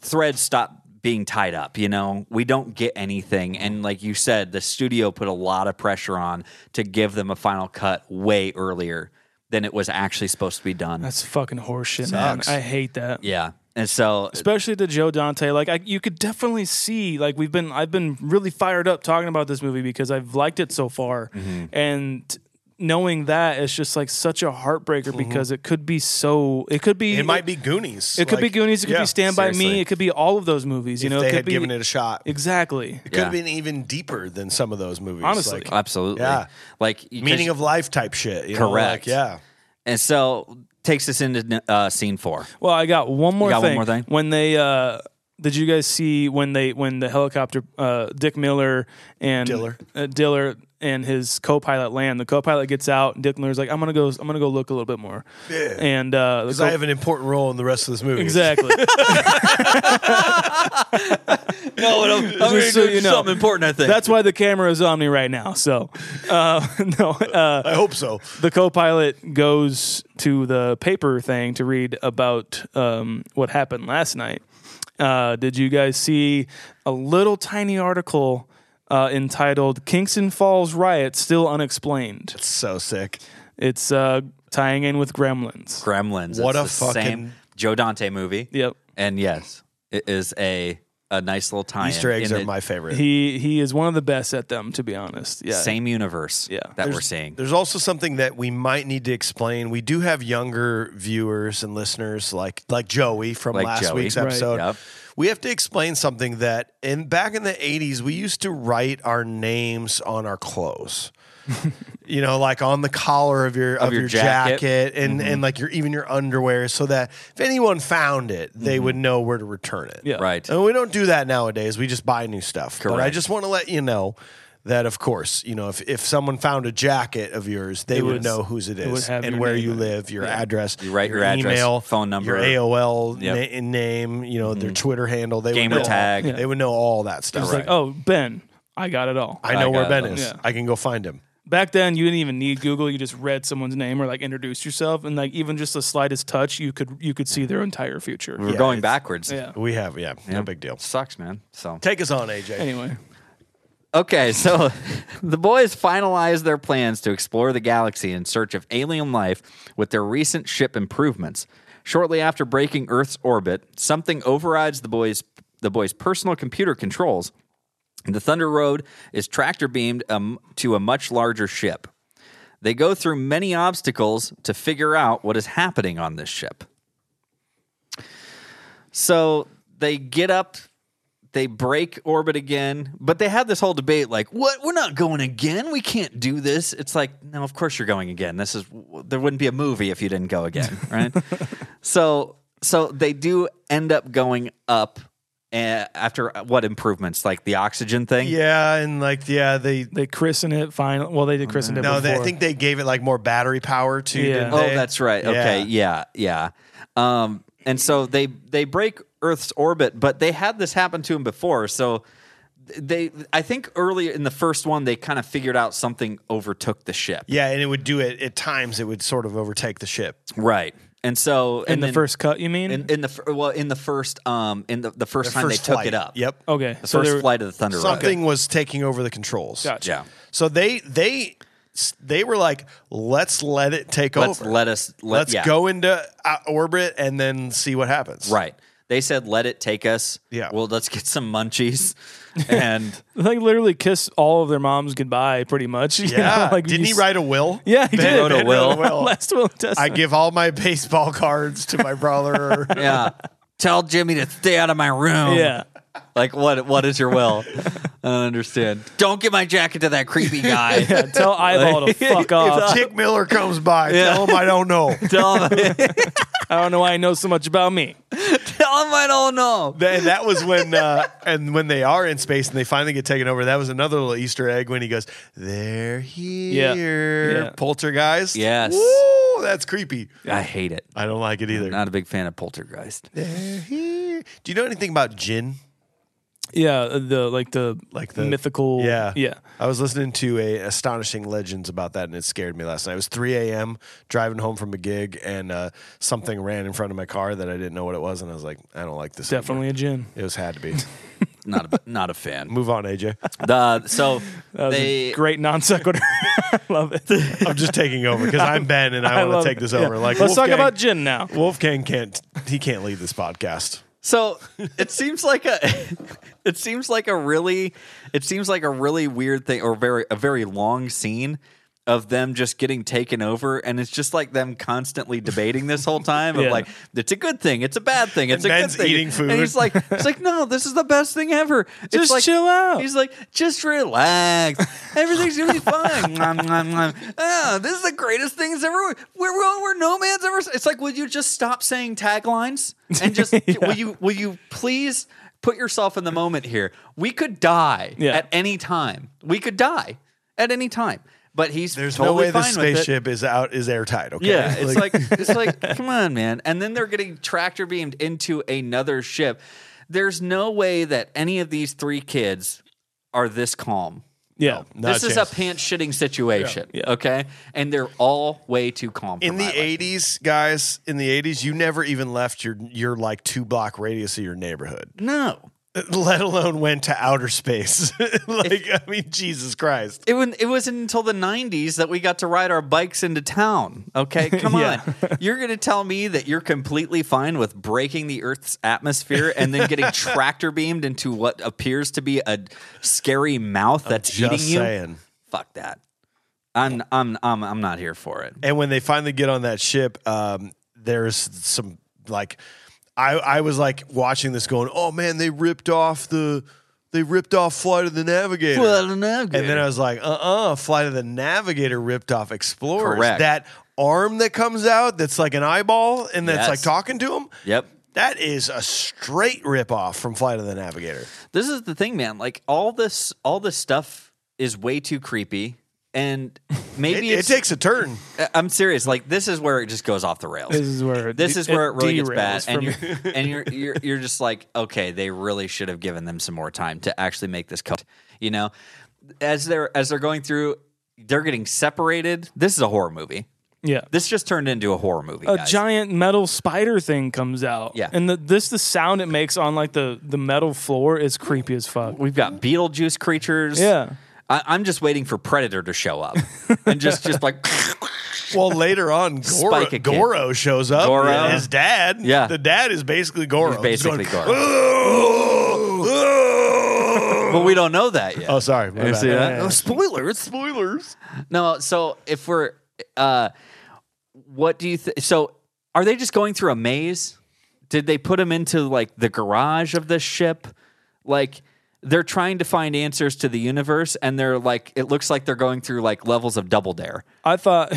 D: threads stop being tied up you know we don't get anything and like you said the studio put a lot of pressure on to give them a final cut way earlier than it was actually supposed to be done
C: that's fucking horseshit, man. I hate that.
D: yeah and so
C: especially to Joe Dante. Like I, you could definitely see, like we've been, I've been really fired up talking about this movie because I've liked it so far, and knowing that it's just like such a heartbreaker because it could be so, Mm-hmm. it could be,
A: it might be goonies
C: It could be
A: Like,
C: Goonies. It could
A: yeah.
C: be Stand By
D: seriously.
C: Me. It could be all of those movies. You
A: if
C: know,
A: they
C: it could
A: had
C: be,
A: given it a shot it
C: exactly.
A: could have
D: Yeah. uh,
A: been even deeper than some of those movies
C: Honestly.
A: like
D: absolutely
A: Yeah.
D: like 'cause-
A: meaning of life type shit you know, like,
D: Correct.
A: yeah
D: And so takes us into uh, scene four.
C: Well, I got one more
D: got one
C: thing.
D: more thing?
C: When they uh did you guys see when they when the helicopter uh Dick Miller and
A: Diller.
C: uh, Diller and his co-pilot land. The co-pilot gets out, and Dick Miller's like, "I'm gonna go. I'm gonna go look a little bit more." Yeah. And uh, the
A: Because I
C: co-
A: have an important role in the rest of this movie.
C: exactly.
D: No, I'm, I'm gonna
C: so
D: do
C: you know.
D: something important. I think
C: That's why the camera is on me right now. So, uh, no. Uh,
A: I hope so.
C: the co-pilot goes to the paper thing to read about um, what happened last night. Uh, did you guys see a little tiny article uh, entitled "Kingston Falls Riot Still Unexplained"?
A: So sick.
C: It's uh, tying in with Gremlins.
D: Gremlins.
A: What
D: It's
A: a
D: the
A: fucking-
D: same Joe Dante movie.
C: Yep.
D: And yes, it is a a nice little tie.
A: Easter eggs are my favorite.
C: He he is one of the best at them, to be honest. Yeah.
D: same universe.
C: Yeah.
D: that
A: There's-
D: we're seeing.
A: There's also something that we might need to explain. We do have younger viewers and listeners like like Joey from
D: Like
A: last
D: Joey.
A: week's
D: Right.
A: episode.
D: Yep.
A: We have to explain something that in back in the 80s we used to write our names on our clothes. you know, like on the collar of your of,
D: your
A: your,
D: jacket. Mm-hmm.
A: jacket, and and like your even your underwear so that if anyone found it, they would know where to return it.
C: Yeah.
D: Mm-hmm. Right.
A: And we don't do that nowadays. We just buy new stuff. But I
D: Correct.
A: just want to let you know that, of course, you know, if, if someone found a jacket of yours, they
C: It
A: would
C: was-
A: know whose it
C: it would
A: is
C: have
A: and
C: your
A: where
C: name
A: you
C: in it.
A: live, your address,
D: You write your address,
A: email,
D: phone number.
A: your AOL
D: Yep.
A: na- name, you know, their Twitter handle. They
D: Gamer
A: would know all-
D: tag.
A: They would know all that
C: It's
A: stuff.
C: Mm-hmm. like, oh Ben, I got it all.
A: I know
D: I
A: where
D: got
A: Ben
D: it.
A: is.
C: Yeah.
A: I can go find him.
C: Back then, you didn't even need Google. You just read someone's name or like introduced yourself, and like even just the slightest touch, you could you could see their entire future.
D: We're going backwards.
C: Yeah.
A: We have, yeah, no big deal.
D: Sucks, man. So
A: Take us on, AJ.
C: Anyway,
D: Okay, so the boys finalized their plans to explore the galaxy in search of alien life with their recent ship improvements. Shortly after breaking Earth's orbit, something overrides the boys the boys' personal computer controls. The Thunder Road is tractor beamed um, to a much larger ship. They go through many obstacles to figure out what is happening on this ship. So they get up, they break orbit again, but they had this whole debate like, what? We're not going again. We can't do this. It's like, no, of course you're going again. This is, there wouldn't be a movie if you didn't go again, right? so, so they do end up going up eh, after what improvements, like the oxygen thing?
A: Yeah, and like, yeah, they.
C: they christen it final. Well, they did christen it.
A: No,
C: before.
A: they, I think they gave it like more battery power too.
C: Yeah.
A: didn't
D: Oh,
A: they?
D: that's right.
A: Yeah.
D: Okay, yeah, yeah. Um, and so they they break Earth's orbit, but they had this happen to them before. So they, I think, earlier in the first one, they kind of figured out something overtook the ship.
A: Yeah, and it would do it at times. It would sort of overtake the ship.
D: Right. And so
C: in
D: and
C: the
D: then-
C: first cut. You mean?
D: in, in the fir- well in the first um in the, the first time
A: First
D: they
A: flight.
D: took it up.
A: Yep.
C: okay,
D: The
C: so
D: first
C: there-
D: flight of the Thunder. Road.
A: Something was taking over the controls.
C: Gotcha.
D: Yeah.
A: So they they they were like, let's let it take
D: Let's
A: over.
D: let us let,
A: Let's
D: yeah.
A: go into uh, orbit and then see what happens.
D: Right. They said, "Let it take us."
A: Yeah.
D: Well, let's get some munchies, and
C: They literally kiss all of their moms goodbye, pretty much. you
A: Yeah.
C: know, like
A: Didn't
C: you
A: he
C: s-
A: write a will?
C: Yeah, he
A: Ben
C: did.
D: wrote a
A: Ben
D: will.
C: Last will and
A: I
C: testament.
A: give all my baseball cards to my brother.
D: yeah. Tell Jimmy to stay out of my room.
C: yeah.
D: Like what? What is your will? I don't understand. Don't give my jacket to that creepy guy.
C: yeah. Tell eyeball to fuck off.
A: Dick Miller comes by. Tell him I don't know.
D: Tell him,
C: I don't know why he knows so much about me.
D: tell him I don't know.
A: And that was when, uh, and when they are in space and they finally get taken over. That was another little Easter egg when he goes, "They're here,
C: Yeah.
A: poltergeist."
D: Yes.
A: Woo, that's creepy.
D: I hate it.
A: I don't like it either.
D: Not a big fan of Poltergeist.
A: Do you know anything about gin?
C: Yeah, uh, the like the
A: Like the
C: mythical.
A: Yeah,
C: yeah.
A: I was listening to a astonishing legends about that, and it scared me last night. It was 3 a.m. driving home from a gig, and uh, something ran in front of my car that I didn't know what it was, and I was like, I don't like this. anymore.
C: Definitely a gin.
A: it was had to be.
D: Not a not a fan.
A: Move on, AJ.
D: The, so
C: That was
D: they
C: a great non sequitur. I love it. I,
A: I'm just taking over because I'm Ben, and I, want
C: love
A: to take
C: it.
A: this
C: Yeah.
A: over. Like,
C: let's talk
A: Wolfgang-
C: about gin now.
A: Wolfgang can't. He can't lead this podcast.
D: So it seems like a it seems like a really it seems like a really weird thing or very a very long scene of them just getting taken over and it's just like them constantly debating this whole time of
C: Yeah.
D: like it's a good thing it's a bad thing it's
A: And
D: a
A: Ben's
D: good thing
A: eating food.
D: and he's like it's like no this is the best thing ever It's
C: Just
D: like-
C: chill out.
D: he's like just relax everything's gonna be fine Mwah, mwah, mwah. Ah, this is the greatest thing that's ever we're we're where no man's ever it's like would you just stop saying taglines and just will you will you please put yourself in the moment here? We could die
C: Yeah.
D: at any time. We could die. at any time. But he's
A: There's
D: totally
A: no way the
D: fine with it.
A: spaceship is out is airtight. Okay,
D: Yeah, it's like, it's like come on, man. And then they're getting tractor beamed into another ship. There's no way that any of these three kids are this calm.
C: Yeah.
A: Not
D: this
A: a
D: is a
A: chance.
D: pants shitting situation,
C: Yeah.
D: okay? And they're all way too calm. for
A: in the
D: my liking.
A: eighties, guys. In the eighties, you never even left your your like two block radius of your neighborhood,
D: no,
A: let alone went to outer space. like I mean, Jesus Christ.
D: it was it wasn't until the '90s that we got to ride our bikes into town. Okay, come
C: Yeah.
D: on, you're gonna tell me that you're completely fine with breaking the Earth's atmosphere and then getting tractor beamed into what appears to be a scary mouth that's
A: Just
D: eating you?
A: saying.
D: Fuck that. I'm I'm I'm I'm not here for it.
A: And when they finally get on that ship, um, there's some like, I I was like watching this, going, oh man, they ripped off the. They ripped off Flight of the Navigator.
D: Flight of the Navigator.
A: And then I was like, uh uh Flight of the Navigator ripped off Explorers.
D: Correct.
A: That arm that comes out that's like an eyeball and that's
D: Yes.
A: like talking to him.
D: Yep.
A: That is a straight rip off from Flight of the Navigator.
D: this is the thing, man. Like all this, all this stuff is way too creepy, and
A: It,
D: maybe
A: it
D: it's,
A: takes a turn.
D: I- I'm serious. Like this is where it just goes off the rails.
C: This is where it-
D: this is where it,
C: it
D: really gets bad,
C: derails
D: and
C: from-
D: you're and you're, you're you're just like, okay, they really should have given them some more time to actually make this cut. You know, as they're as they're going through, they're getting separated. This is a horror movie.
C: Yeah.
D: This just turned into a horror movie.
C: a
D: guys.
C: giant metal spider thing comes out.
D: Yeah.
C: And the, this the sound it makes on like the the metal floor is creepy as fuck.
D: We've got Beetlejuice creatures.
C: Yeah.
D: I, I'm just waiting for Predator to show up and just just like.
A: Well, later on, Goro,
D: Spike a kid.
A: Goro shows up.
D: Goro.
A: and his dad.
D: Yeah.
A: The dad is basically Goro.
D: He's basically
A: He's going,
D: Goro.
A: "Oh,
D: but we don't know that yet.
A: oh." oh, sorry. my
D: You
A: bad.
D: see that? Oh, spoilers, spoilers. No, so if we're, uh, what do you think? So are they just going through a maze? Did they put them into like the garage of the ship? Like they're trying to find answers to the universe, and they're like, it looks like they're going through like levels of Double Dare.
C: I thought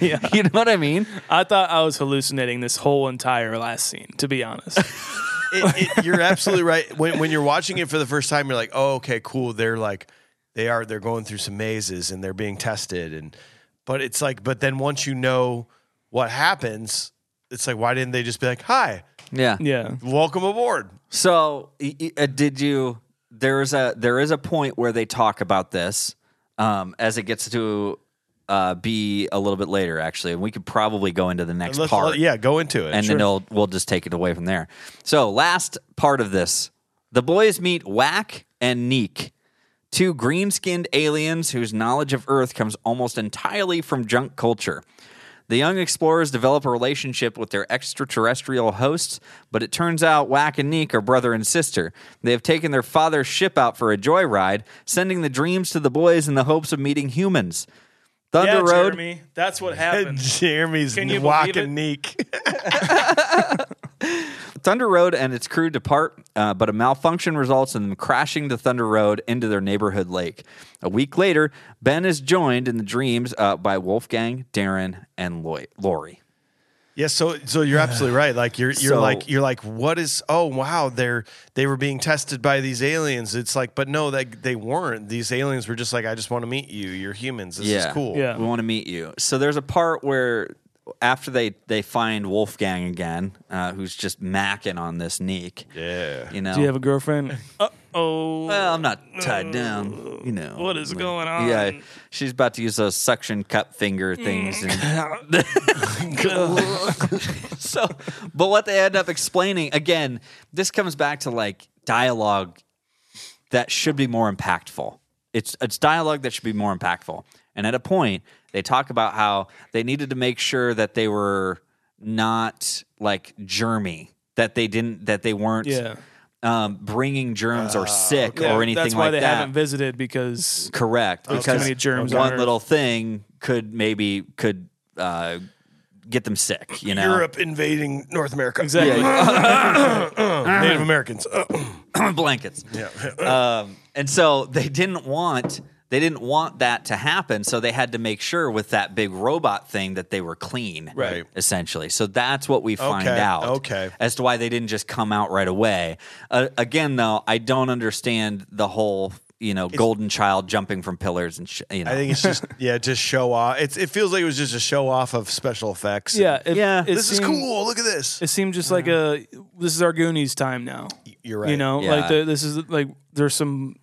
D: You know what I mean?
C: I thought I was hallucinating this whole entire last scene, to be honest.
A: it, it, you're absolutely right. When when you're watching it for the first time, you're like, oh, okay, cool. They're like, they are they're going through some mazes and they're being tested, and but it's like, but then once you know what happens, it's like, why didn't they just be like, hi,
D: Yeah.
C: yeah.
A: welcome aboard?
D: So, y- y- uh, did you? There is a there is a point where they talk about this um, as it gets to uh, be a little bit later, actually, and we could probably go into the next
A: Let's-
D: part,
A: uh, yeah, go into it.
D: and then we'll we'll just take it away from there. So, last part of this, the boys meet Whack and Neek. Two green skinned aliens whose knowledge of Earth comes almost entirely from junk culture. The young explorers develop a relationship with their extraterrestrial hosts, but it turns out Whack and Neek are brother and sister. They have taken their father's ship out for a joyride, sending the dreams to the boys in the hopes of meeting humans. Thunder Road.
C: that's what
A: And Jeremy's
C: Can you believe it?
A: walking Neek.
D: Thunder Road and its crew depart, uh, but a malfunction results in them crashing the Thunder Road into their neighborhood lake. A week later, Ben is joined in the dreams uh, by Wolfgang, Darren, and Loy- Lori.
A: Yeah, so so you're absolutely right. Like you're you're
D: So-
A: like you're like what is oh wow they're they were being tested by these aliens. It's like but no they they weren't. These aliens were just like I just want to meet you. You're humans. This
D: Yeah.
A: is cool.
C: Yeah.
D: We want to meet you. So there's a part where after they they find Wolfgang again, uh, who's just macking on this Neek.
A: Yeah.
D: You know,
C: Do you have a girlfriend? Uh oh.
D: well, I'm not tied down. You know
C: What is
D: like-
C: going on? Mm.
D: Yeah, she's about to use those suction cup finger things. And so, but what they end up explaining again, this comes back to like dialogue that should be more impactful. It's it's dialogue that should be more impactful. And at a point, they talk about how they needed to make sure that they were not like germy, that they didn't, that they weren't.
C: Yeah.
D: Um, bringing germs or sick
C: Yeah,
D: or anything
C: That's why
D: like
C: they
D: that.
C: haven't visited because
D: Correct, because
C: many germs on
D: one
C: Earth.
D: little thing could maybe could uh, get them sick. You know,
A: Europe invading North America.
C: exactly.
A: Native Americans.
D: blankets. um, and so they didn't want they didn't want that to happen. So they had to make sure with that big robot thing that they were clean,
A: Right.
D: Essentially. So that's what we find
A: Okay,
D: out.
A: okay.
D: As to why they didn't just come out right away. Uh, again, though, I don't understand the whole you know, golden child jumping from pillars and sh- you know.
A: I think it's just yeah, just show off. It's it feels like it was just a show off of special effects.
C: Yeah, it,
D: Yeah.
C: it
A: this is
C: seemed-
A: cool. Look at this.
C: It seemed just like a this is our Goonies time now.
A: You're right.
C: You know,
D: Yeah.
C: like the, this is like there's some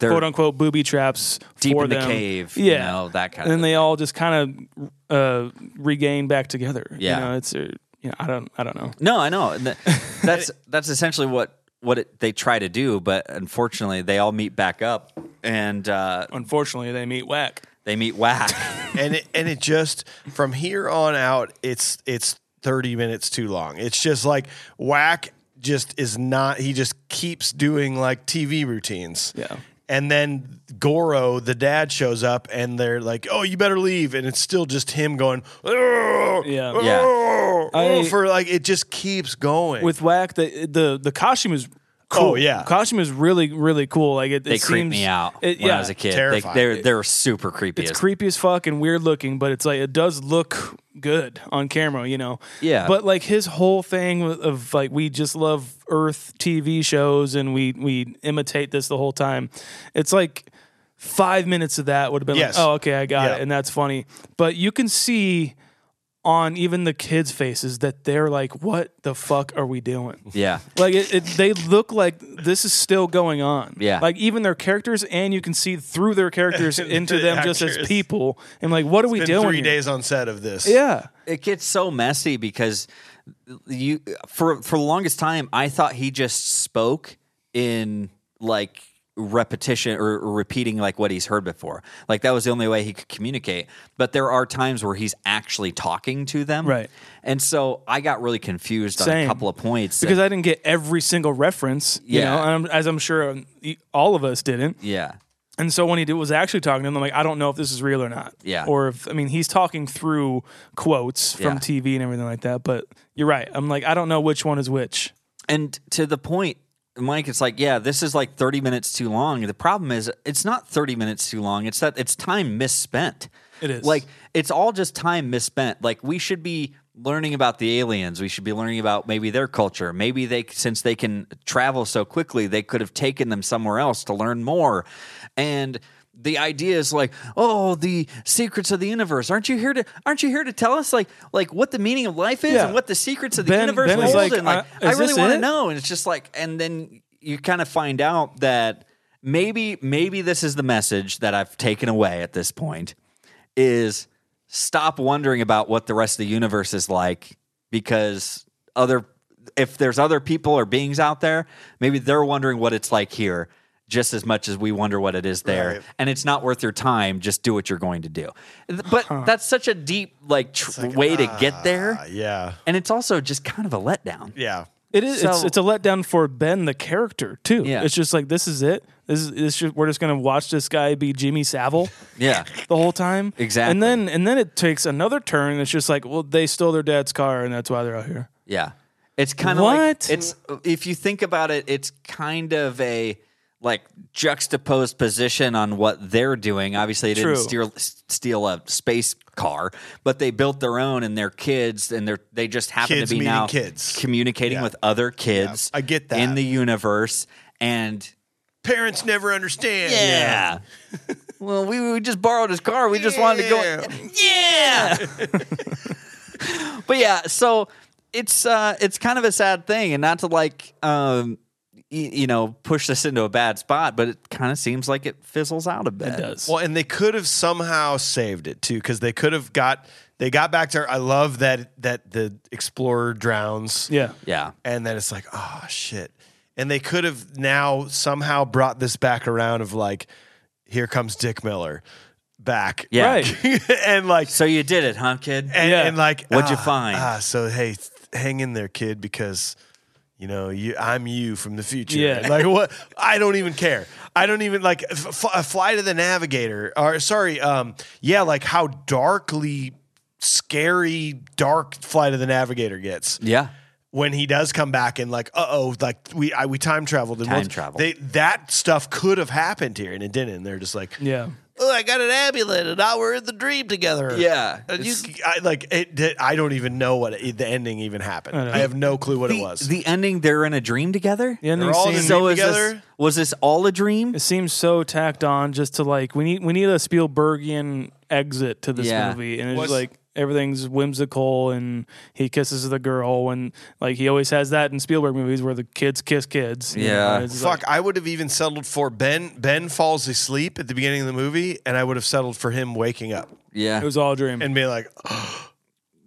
D: They're
C: quote unquote booby traps
D: deep
C: for
D: in the
C: them.
D: cave,
C: Yeah,
D: you know, that kind
C: and
D: of
C: then they all just kind of uh, regain back together.
D: Yeah.
C: you know, it's uh, you know I don't I don't know.
D: No, I know. And that- That's that's essentially what what it, they try to do, but unfortunately, they all meet back up and uh,
C: Unfortunately, they meet whack.
D: they meet whack.
A: and it, and it just from here on out it's it's 30 minutes too long it's just like whack just is not he just keeps doing like tv routines
C: Yeah.
A: and then Goro, the dad, shows up, and they're like, "Oh, you better leave," and it's still just him going, "Oh,
C: Yeah.
D: Yeah.
A: oh,"
C: I-
A: for like it just keeps going.
C: With whack, the the the costume is. Cool.
A: Oh, yeah.
C: costume is really really cool. Like it, it
D: they creeped
C: seems-
D: me out
C: it-
D: when
C: yeah,
D: I was a kid. They,
A: terrifying.
D: they're they're super creepy.
C: it's
D: as-
C: creepy as fuck and weird looking, but it's like it does look good on camera, you know.
D: Yeah.
C: But like his whole thing of- of like we just love Earth TV shows and we we imitate this the whole time. It's like five minutes of that would have been
A: Yes.
C: like, oh okay, I got
A: Yeah.
C: it, and that's funny. But you can see on even the kids' faces that they're like, what the fuck are we doing?
D: yeah,
C: Like it, it, they look like this is still going on.
D: Yeah.
C: Like even their characters, and you can see through their characters into
A: The
C: them just as
A: actors.
C: people. And like, what are we
A: Been
C: doing?
A: three
C: here?
A: days on set of this,
C: Yeah.
D: it gets so messy because you for for the longest time I thought he just spoke in like repetition or, or repeating like what he's heard before. Like that was the only way he could communicate. But there are times where he's actually talking to them.
C: Right.
D: And so I got really confused on a
C: Same.
D: couple of points.
C: Because
D: that-
C: I didn't get every single reference, you
D: Yeah.
C: know, and I'm- as I'm sure um, e- all of us didn't.
D: yeah.
C: And so when he did, was actually talking to them, I'm like, I don't know if this is real or not.
D: Yeah.
C: Or if, I mean, he's talking through quotes from
D: Yeah.
C: TV and everything like that. But you're right. I'm like, I don't know which one is which.
D: And to the point, Mike, it's like, yeah, this is like 30 minutes too long. The problem is, it's not 30 minutes too long. It's that it's time misspent.
C: It is.
D: Like, it's all just time misspent. Like, we should be learning about the aliens. We should be learning about maybe their culture. Maybe they, since they can travel so quickly, they could have taken them somewhere else to learn more. And, the idea is like, oh, the secrets of the universe. Aren't you here to? Aren't you here to tell us like, like what the meaning of life is
C: Yeah.
D: and what the secrets of the
C: Ben-
D: universe
C: Ben is
D: hold?
C: like,
D: and like,
C: uh,
D: I
C: is
D: really
C: this
D: want to
C: it?
D: know know. And it's just like, and then you kind of find out that maybe, maybe this is the message that I've taken away at this point is stop wondering about what the rest of the universe is like because other, if there's other people or beings out there, maybe they're wondering what it's like here just as much as we wonder what it is there and it's not worth your time just do what you're going to do but that's such a deep like, tr- way to get there
A: yeah,
D: and it's also just kind of a letdown
A: yeah.
C: It is. it's,
D: So-
C: it's a letdown for Ben, the character, too.
D: Yeah.
C: It's just like this is it. This is this. Just, we're just gonna watch this guy be Jimmy Savile
D: yeah
C: the whole time.
D: Exactly.
C: And then and then it takes another turn. And it's just like, well, they stole their dad's car, and that's why they're out here.
D: Yeah. It's kind of like
C: What?
D: it's if you think about it, it's kind of a like juxtaposed position on what they're doing. Obviously, they didn't
C: True.
D: steal steal a space car, but they built their own and their kids, and they're they just happen
A: Kids
D: to be
A: meeting
D: now
A: kids.
D: communicating
A: Yeah.
D: with other kids.
A: I get that.
D: in the universe, and
A: Parents never understand.
D: yeah. well, we, we just borrowed his car. We just wanted to go. Yeah. but yeah, so it's uh it's kind of a sad thing, and not to like um y- you know push this into a bad spot, but it kind of seems like it fizzles out a bit. It does.
A: Well, and they could have somehow saved it too, because they could have got they got back to. I love that that the explorer drowns.
C: Yeah.
D: Yeah.
A: and then it's like, oh shit. And they could have now somehow brought this back around of like, here comes Dick Miller back.
D: Yeah.
C: Right.
A: and like
D: So you did it, huh, kid?
A: and,
C: Yeah.
A: and like
D: What'd you
A: ah,
D: find?
A: Ah, so hey, th- hang in there, kid, because you know, you I'm you from the future.
C: Yeah.
A: Like what I don't even care. I don't even like f- f- fly to the navigator or sorry, um yeah, like how darkly scary dark fly to the navigator gets
D: yeah.
A: when he does come back and like, uh oh, like we I, we time traveled and
D: Time
A: once-
D: travel.
A: They that stuff could have happened here and it didn't. And they're just like,
C: Yeah.
A: oh, I got an amulet, and now we're in the dream together.
D: Yeah,
A: And you,
D: it's-
A: I, like it, it- I don't even know what it, the ending even happened. I, have no clue what
D: the,
A: it was.
D: the ending, they're in a dream together.
C: The ending
A: They're all in a
C: seems,
A: dream
D: So is this,
A: together?
D: was this all a dream?
C: it seems so tacked on just to like we need we need a Spielbergian exit to this
D: Yeah.
C: movie, and it's
A: Was-
C: like everything's whimsical and he kisses the girl and like he always has that in Spielberg movies where the kids kiss kids. you
D: Yeah.
C: know, it's
A: Fuck, I would have even settled for Ben. Ben falls asleep at the beginning of the movie, and I would have settled for him waking up
D: Yeah,
C: It was all a dream.
A: and be like,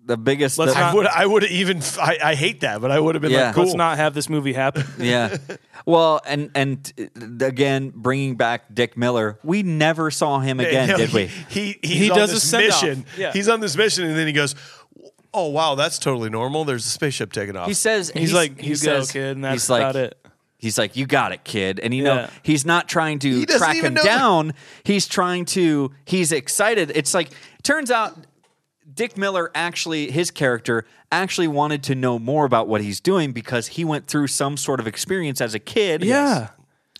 D: the biggest.
C: Let's
D: the-
A: I would, I would have even. I, I hate that, but I would have been
D: Yeah.
A: like, cool.
C: Let's not have this movie happen.
D: yeah. Well, and and uh, again, bringing back Dick Miller, we never saw him again,
A: No,
D: did
A: he,
D: we?
A: He he's
C: He
A: on
C: does a
A: this
C: send-off.
A: mission.
C: Yeah.
A: He's on this mission, and then he goes, "Oh wow, that's totally normal." There's a spaceship taking off.
D: He says
C: He's like, "You
D: he
C: go,
D: says-
C: kid," and that's
D: he's like,
C: about it.
D: He's like, "You got it, kid," and you know
C: Yeah.
D: he's not trying to
A: He doesn't
D: track
A: even
D: him
A: know that-
D: down. He's trying to. He's excited. It's like turns out Dick Miller actually his character actually wanted to know more about what he's doing because he went through some sort of experience as a kid.
C: Yeah.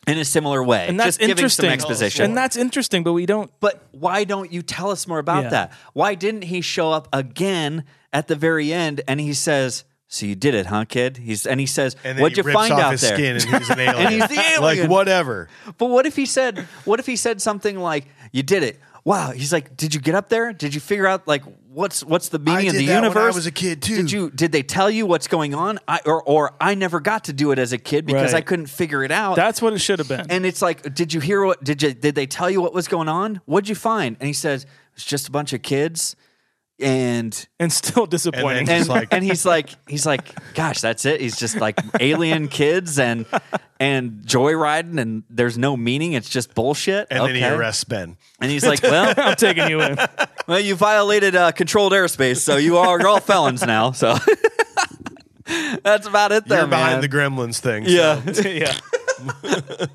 D: in a similar way,
C: And that's
D: just giving
C: interesting.
D: some exposition.
C: And that's interesting, but we don't.
D: But why don't you tell us more about
C: Yeah.
D: that? Why didn't he show up again at the very end and he says, "So you did it, huh, kid?" He's and he says,
A: and then
D: "What'd
A: he
D: you
A: rips
D: find
A: off
D: out
A: his
D: there?"
A: Skin and he's an alien.
D: And he's the
A: Like
D: alien.
A: whatever.
D: But what if he said, "What if he said something like, "You did it." Wow, he's like, "Did you get up there? Did you figure out like what's what's the meaning of
A: did
D: the
A: that when I
D: universe?"
A: was a kid, too.
D: Did you did they tell you what's going on? I or or I never got to do it as a kid because
C: Right.
D: I couldn't figure it out.
C: That's what it should have been.
D: And it's like, did you hear what? Did you? Did they tell you what was going on? What'd you find? And he says, it's just a bunch of kids, and
C: and still disappointing.
A: then-
D: and
A: He's like-
D: and he's like, he's like, gosh, that's it. He's just like alien kids and and joyriding, and there's no meaning. It's just bullshit.
A: And then he
D: Okay.
A: arrests Ben.
D: And he's like, well,
C: I'm taking you in.
D: well, you violated uh, controlled airspace, so you are you're all felons now. So that's about it. There,
A: You're
D: man.
A: behind the Gremlins thing. so-
D: yeah.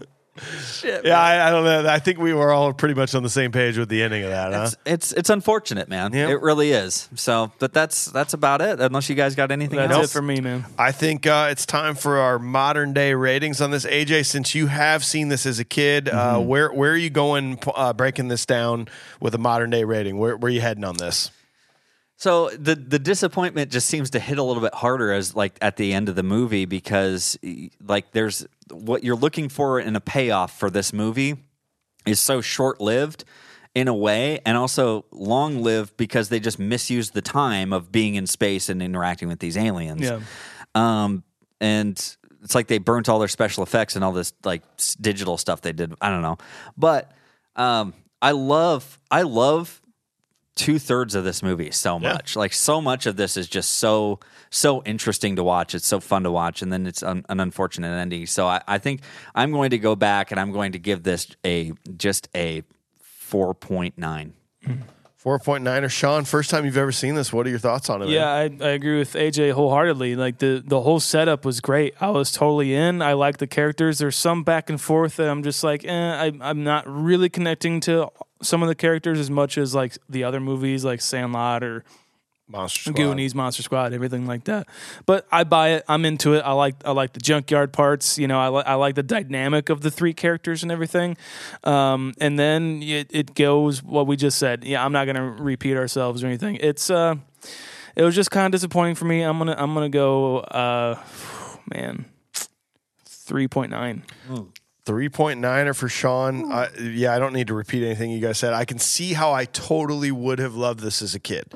C: yeah.
A: yeah. I, I don't know. I think we were all pretty much on the same page with the ending of that. Huh?
D: It's, it's it's unfortunate, man.
A: Yeah.
D: It really is. So, but that's that's about it. Unless you guys got anything
C: That's
D: else
C: it for me, man.
A: I think uh, it's time for our modern day ratings on this. AJ, since you have seen this as a kid, uh, where where are you going? Uh, breaking this down with a modern day rating. Where, where are you heading on this?
D: So the the disappointment just seems to hit a little bit harder as like at the end of the movie because y- like there's what you're looking for in a payoff for this movie is so short lived in a way and also long lived because they just misuse the time of being in space and interacting with these aliens.
C: Yeah.
D: Um, and it's like they burnt all their special effects and all this like s- digital stuff they did. I don't know, but um, I love I love two thirds of this movie so much. Like so much of this is just so so interesting to watch. It's so fun to watch, and then it's un- an unfortunate ending. So I, I think I'm going to go back and I'm going to give this a just a four point nine.
A: Four point nine or Sean? First time you've ever seen this. What are your thoughts on it? man?
C: Yeah, I, I agree with AJ wholeheartedly. Like the the whole setup was great. I was totally in. I like the characters. There's some back and forth that I'm just like, eh, I, I'm not really connecting to some of the characters as much as like the other movies, like Sandlot or
A: Monster Squad.
C: Goonies, Monster Squad, everything like that. But I buy it. I'm into it. I like I like the junkyard parts. You know, I, li- I like the dynamic of the three characters and everything. Um, and then it, it goes what we just said. Yeah, I'm not gonna repeat ourselves or anything. It's uh, it was just kind of disappointing for me. I'm gonna I'm gonna go uh, man, three point nine.
A: Three point nine or for
C: Hmm.
A: Sean? I, yeah, I don't need to repeat anything you guys said. I can see how I totally would have loved this as a kid.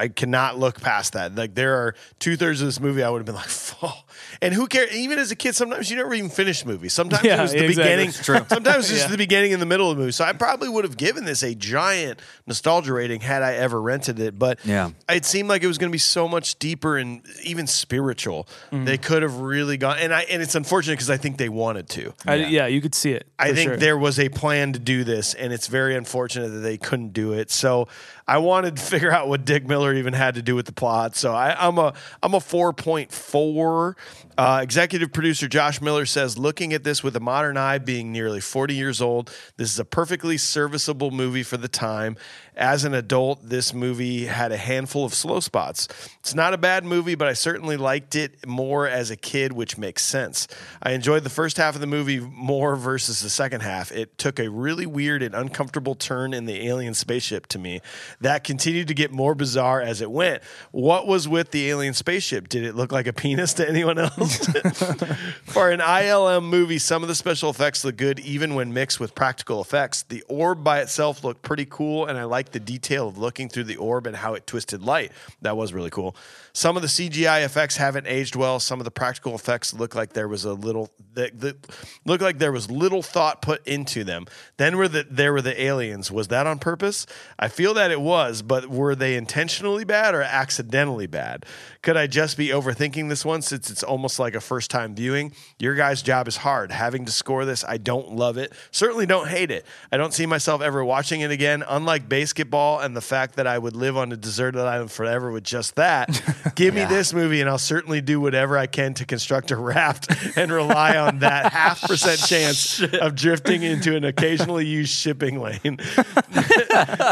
A: I cannot look past that. Like there are two thirds of this movie, I would have been like, "Fuck!" And who cares? Even as a kid, sometimes you never even finish movies. Sometimes it
C: Yeah,
A: was the
C: exactly.
A: beginning.
C: It's true.
A: Sometimes it's just the beginning and the middle of the movie. So I probably would have given this a giant nostalgia rating had I ever rented it. But
D: Yeah.
A: it seemed like it was going to be so much deeper and even spiritual.
C: Mm-hmm.
A: They could have really gone. And I and it's unfortunate because I think they wanted to.
C: Yeah. yeah, you could see it.
A: I
C: for
A: think
C: sure.
A: there was a plan to do this, and it's very unfortunate that they couldn't do it. So I wanted to figure out what Dick Miller even had to do with the plot. So I, I'm a I'm a four point four. Uh, executive producer Josh Miller says, looking at this with a modern eye, being nearly 40 years old, this is a perfectly serviceable movie for the time. As an adult, this movie had a handful of slow spots. It's not a bad movie, but I certainly liked it more as a kid, which makes sense. I enjoyed the first half of the movie more versus the second half. It took a really weird and uncomfortable turn in the alien spaceship to me that continued to get more bizarre as it went. What was with the alien spaceship? Did it look like a penis to anyone else? For an ILM movie, some of the special effects look good even when mixed with practical effects. The orb by itself looked pretty cool, and I liked the detail of looking through the orb and how it twisted light. That was really cool. Some of the CGI effects haven't aged well. Some of the practical effects look like there was a little that, that look like there was little thought put into them. Then were the, there were the aliens. Was that on purpose? I feel that it was, but were they intentionally bad or accidentally bad? Could I just be overthinking this one since it's almost like a first time viewing? Your guys' job is hard. Having to score this, I don't love it. Certainly don't hate it. I don't see myself ever watching it again. Unlike basketball and the fact that I would live on a deserted island forever with just that, give me this movie and I'll certainly do whatever I can to construct a raft and rely on that half percent chance of drifting into an occasionally used shipping lane.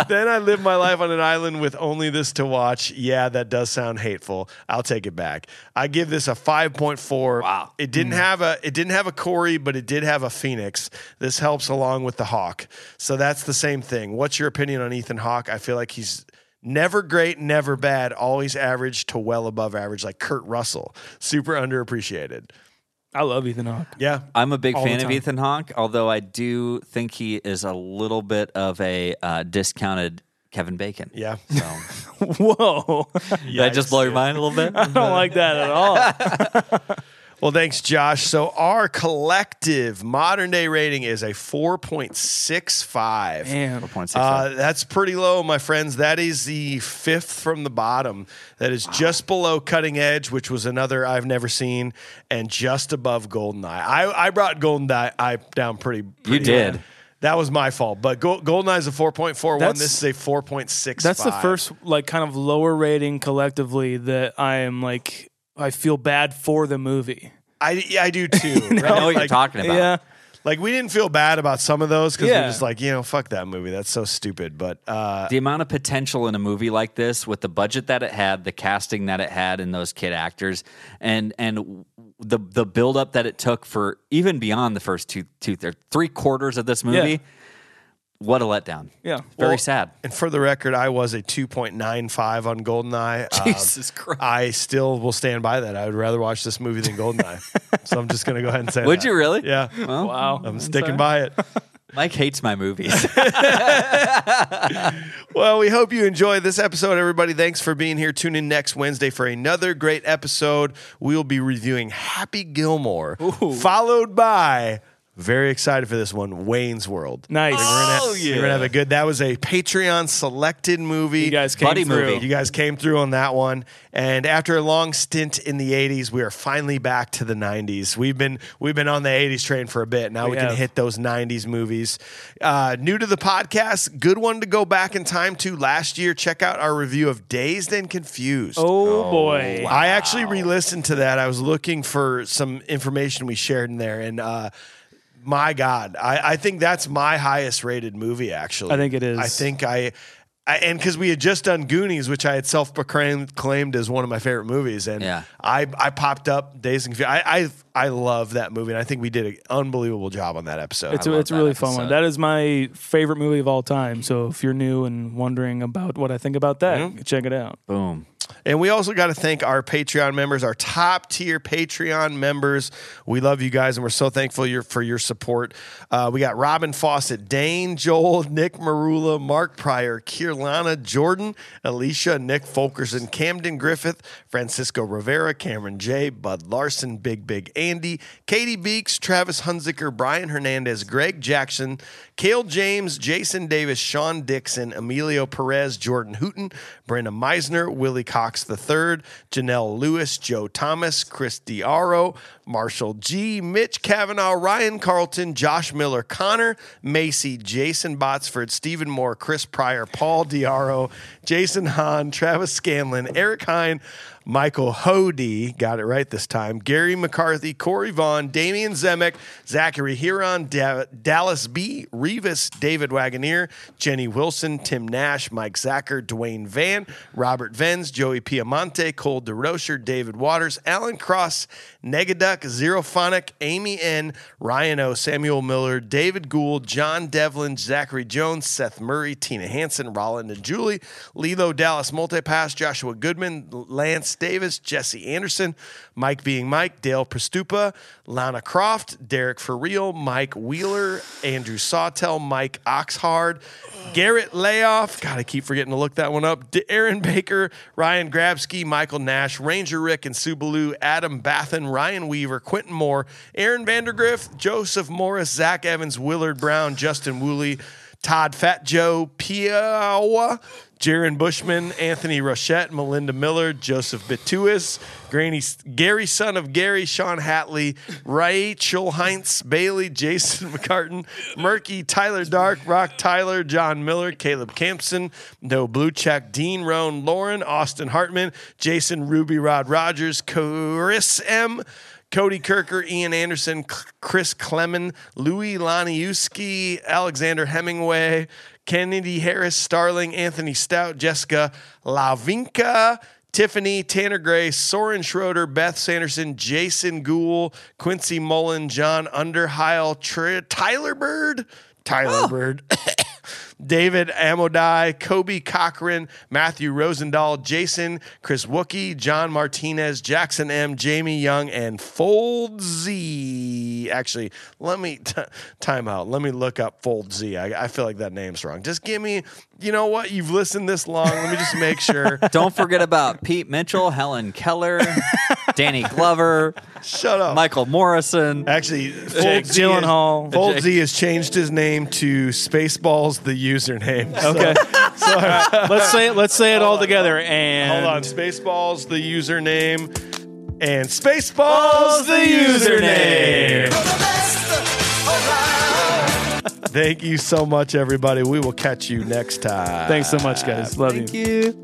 A: then I live my life on an island with only this to watch. Yeah, that does sound hateful. I'll take it back. I give this a 5.4. Wow. Mm. It didn't have a it didn't have a Corey, but it did have a Phoenix. This helps along with the Hawk. So that's the same thing. What's your opinion on Ethan Hawk? I feel like he's never great, never bad, always average to well above average, like Kurt Russell. Super underappreciated.
C: I love Ethan Hawke.
A: Yeah.
D: I'm a big
C: All
D: fan
C: the
D: of
C: time.
D: Ethan Hawke, although I do think he is a little bit of a uh, discounted Kevin Bacon.
A: Yeah.
D: So,
C: Whoa.
D: did I just blow your mind a little bit?
C: I don't like that at all.
A: Well, thanks, Josh. So our collective modern day rating is a 4.65.
C: Man.
D: 4.65.
A: Uh, that's pretty low, my friends. That is the fifth from the bottom. That is just below Cutting Edge, which was another I've never seen, and just above Goldeneye. I, I brought Goldeneye I down pretty. pretty
D: did.
A: high. That was my fault. But Go- Goldeneye is a 4.41.
C: That's-
A: this is a 4.65.
C: That's the first like kind of lower rating collectively that I am like I feel bad for the movie.
A: I, I do too. right?
D: I know what you're
A: Like-
D: talking about.
C: Yeah.
A: Like we didn't feel bad about some of those because
C: Yeah.
A: we're just like, you know, fuck that movie. That's so stupid. But uh,
D: The amount of potential in a movie like this, with the budget that it had, the casting that it had, and those kid actors, and and the the build up that it took for even beyond the first two two or three quarters of this movie,
C: Yeah.
D: what a letdown!
C: Yeah. Oh,
D: very
A: Well,
D: sad.
A: and for the record, I was a two point nine five on Goldeneye. Um,
D: Jesus Christ.
A: I still will stand by that. I would rather watch this movie than Goldeneye. so I'm just gonna go ahead and say.
D: Would
A: that.
D: you really?
A: Yeah.
C: Wow.
D: Um,
A: I'm sticking by it.
D: Mike hates my movies.
A: Well, we hope you enjoyed this episode, everybody. Thanks for being here. Tune in next Wednesday for another great episode. We will be reviewing Happy Gilmore, followed by, very excited for this one, Wayne's World.
C: Nice.
A: Oh, yeah. We're going to have a good, that was a Patreon selected movie.
C: You guys came
D: Buddy
C: through.
D: movie.
A: You guys came through on that one. And after a long stint in the 80s, we are finally back to the 90s. We've been we've been on the 80s train for a bit. Now we, can
C: have.
A: hit those 90s movies. Uh, new to the podcast, good one to go back in time to last year. Check out our review of Dazed and Confused.
C: Oh boy.
A: I actually re-listened to that. I was looking for some information we shared in there, and uh, my God, I, I think that's my highest rated movie. Actually,
C: I think it is.
A: I think I. I, and because we had just done Goonies, which I had self proclaimed as one of my favorite movies, and
D: Yeah.
A: I, I popped up Days and Confused. I, I I love that movie, and I think we did an unbelievable job on that episode.
C: It's a, it's a
D: that
C: really fun one.
D: episode.
C: That is my favorite movie of all time. So if you're new and wondering about what I think about that,
D: Mm-hmm.
C: check it out.
D: Boom.
A: And we also got to thank our Patreon members, our top tier Patreon members. We love you guys, and we're so thankful your, for your support. Uh, we got Robin Fawcett, Dane Joel, Nick Marula, Mark Pryor, Kirlana Jordan, Alicia, Nick Fulkerson, Camden Griffith, Francisco Rivera, Cameron J, Bud Larson, Big Big Andy, Katie Beeks, Travis Hunziker, Brian Hernandez, Greg Jackson, Cale James, Jason Davis, Sean Dixon, Emilio Perez, Jordan Hooten, Brenda Meisner, Willie Cox III, Janelle Lewis, Joe Thomas, Chris Diaro, Marshall G, Mitch Kavanaugh, Ryan Carlton, Josh Miller, Connor, Macy, Jason Botsford, Stephen Moore, Chris Pryor, Paul Diaro, Jason Hahn, Travis Scanlon, Eric Hine, Michael Hody, got it right this time, Gary McCarthy, Corey Vaughn, Damian Zemek, Zachary Huron, da- Dallas B, Revis, David Wagoneer, Jenny Wilson, Tim Nash, Mike Zacher, Dwayne Van, Robert Venz, Joey Piamonte, Cole DeRocher, David Waters, Alan Cross, Negaduck, Zerophonic, Amy N, Ryan O, Samuel Miller, David Gould, John Devlin, Zachary Jones, Seth Murray, Tina Hansen, Roland and Julie, Lilo Dallas Multipass, Joshua Goodman, Lance Davis, Jesse Anderson, Mike being Mike, Dale Prestupa, Lana Croft, Derek For Real, Mike Wheeler, Andrew Sawtell, Mike Oxhard, Garrett Layoff, God, I keep forgetting to look that one up, D- Aaron Baker, Ryan Grabsky, Michael Nash, Ranger Rick and Subalu, Adam Bathin, Ryan Weaver, Quentin Moore, Aaron Vandergriff, Joseph Morris, Zach Evans, Willard Brown, Justin Woolley, Todd Fat Joe, Piawa, Jaron Bushman, Anthony Rochette, Melinda Miller, Joseph Bituis, Granny, Gary, son of Gary, Sean Hatley, Rachel Heinz, Bailey, Jason McCartan, Murky, Tyler Dark, Rock Tyler, John Miller, Caleb Campson, No Blue Check, Dean Roan, Lauren, Austin Hartman, Jason Ruby Rod Rogers, Chris M. Cody Kirker, Ian Anderson, C- Chris Clemen, Louis Laniuski, Alexander Hemingway, Kennedy Harris, Starling, Anthony Stout, Jessica Lavinka, Tiffany, Tanner Gray, Soren Schroeder, Beth Sanderson, Jason Gould, Quincy Mullen, John Underheil, Tr- Tyler Bird, Tyler Bird. David Amodai, Kobe Cochran, Matthew Rosendahl, Jason, Chris Wookie, John Martinez, Jackson M, Jamie Young, and Fold Z. Actually, let me t- time out. Let me look up Fold Z. I, I feel like that name's wrong. Just give me, you know what? You've listened this long. Let me just make sure.
D: Don't forget about Pete Mitchell, Helen Keller, Danny Glover,
A: Shut up.
D: Michael Morrison.
A: Actually, Fold
C: Jake
A: Z has-
C: Gyllenhaal.
A: Fold
D: Jake-
A: Z has changed his name to Spaceballs, the username. So-
C: Okay. All right, let's say it. Let's say it all together. And
A: Hold on, Spaceballs the username, and Spaceballs the username. Thank you so much, everybody. We will catch you next time.
C: Thanks so much, guys. Love
D: Thank you.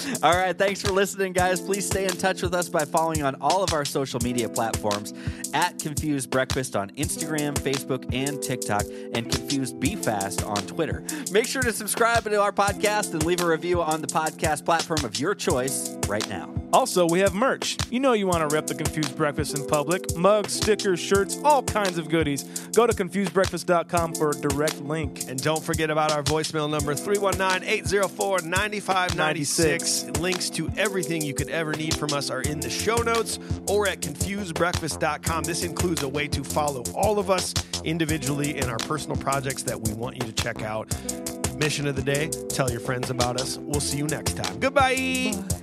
D: All right, thanks for listening, guys. Please stay in touch with us by following on all of our social media platforms at Confused Breakfast on Instagram, Facebook, and TikTok, and Confused Be Fast on Twitter. Make sure to subscribe to our podcast and leave a review on the podcast platform of your choice right now.
C: Also, we have merch. You know you want to rep the Confused Breakfast in public. Mugs, stickers, shirts, all kinds of goodies. Go to confusedbreakfast.com for a direct link.
A: And don't forget about our voicemail number 319 804 9596. Links to everything you could ever need from us are in the show notes or at confusedbreakfast.com. This includes a way to follow all of us individually in our personal projects that we want you to check out. Mission of the day tell your friends about us. We'll see you next time. Goodbye.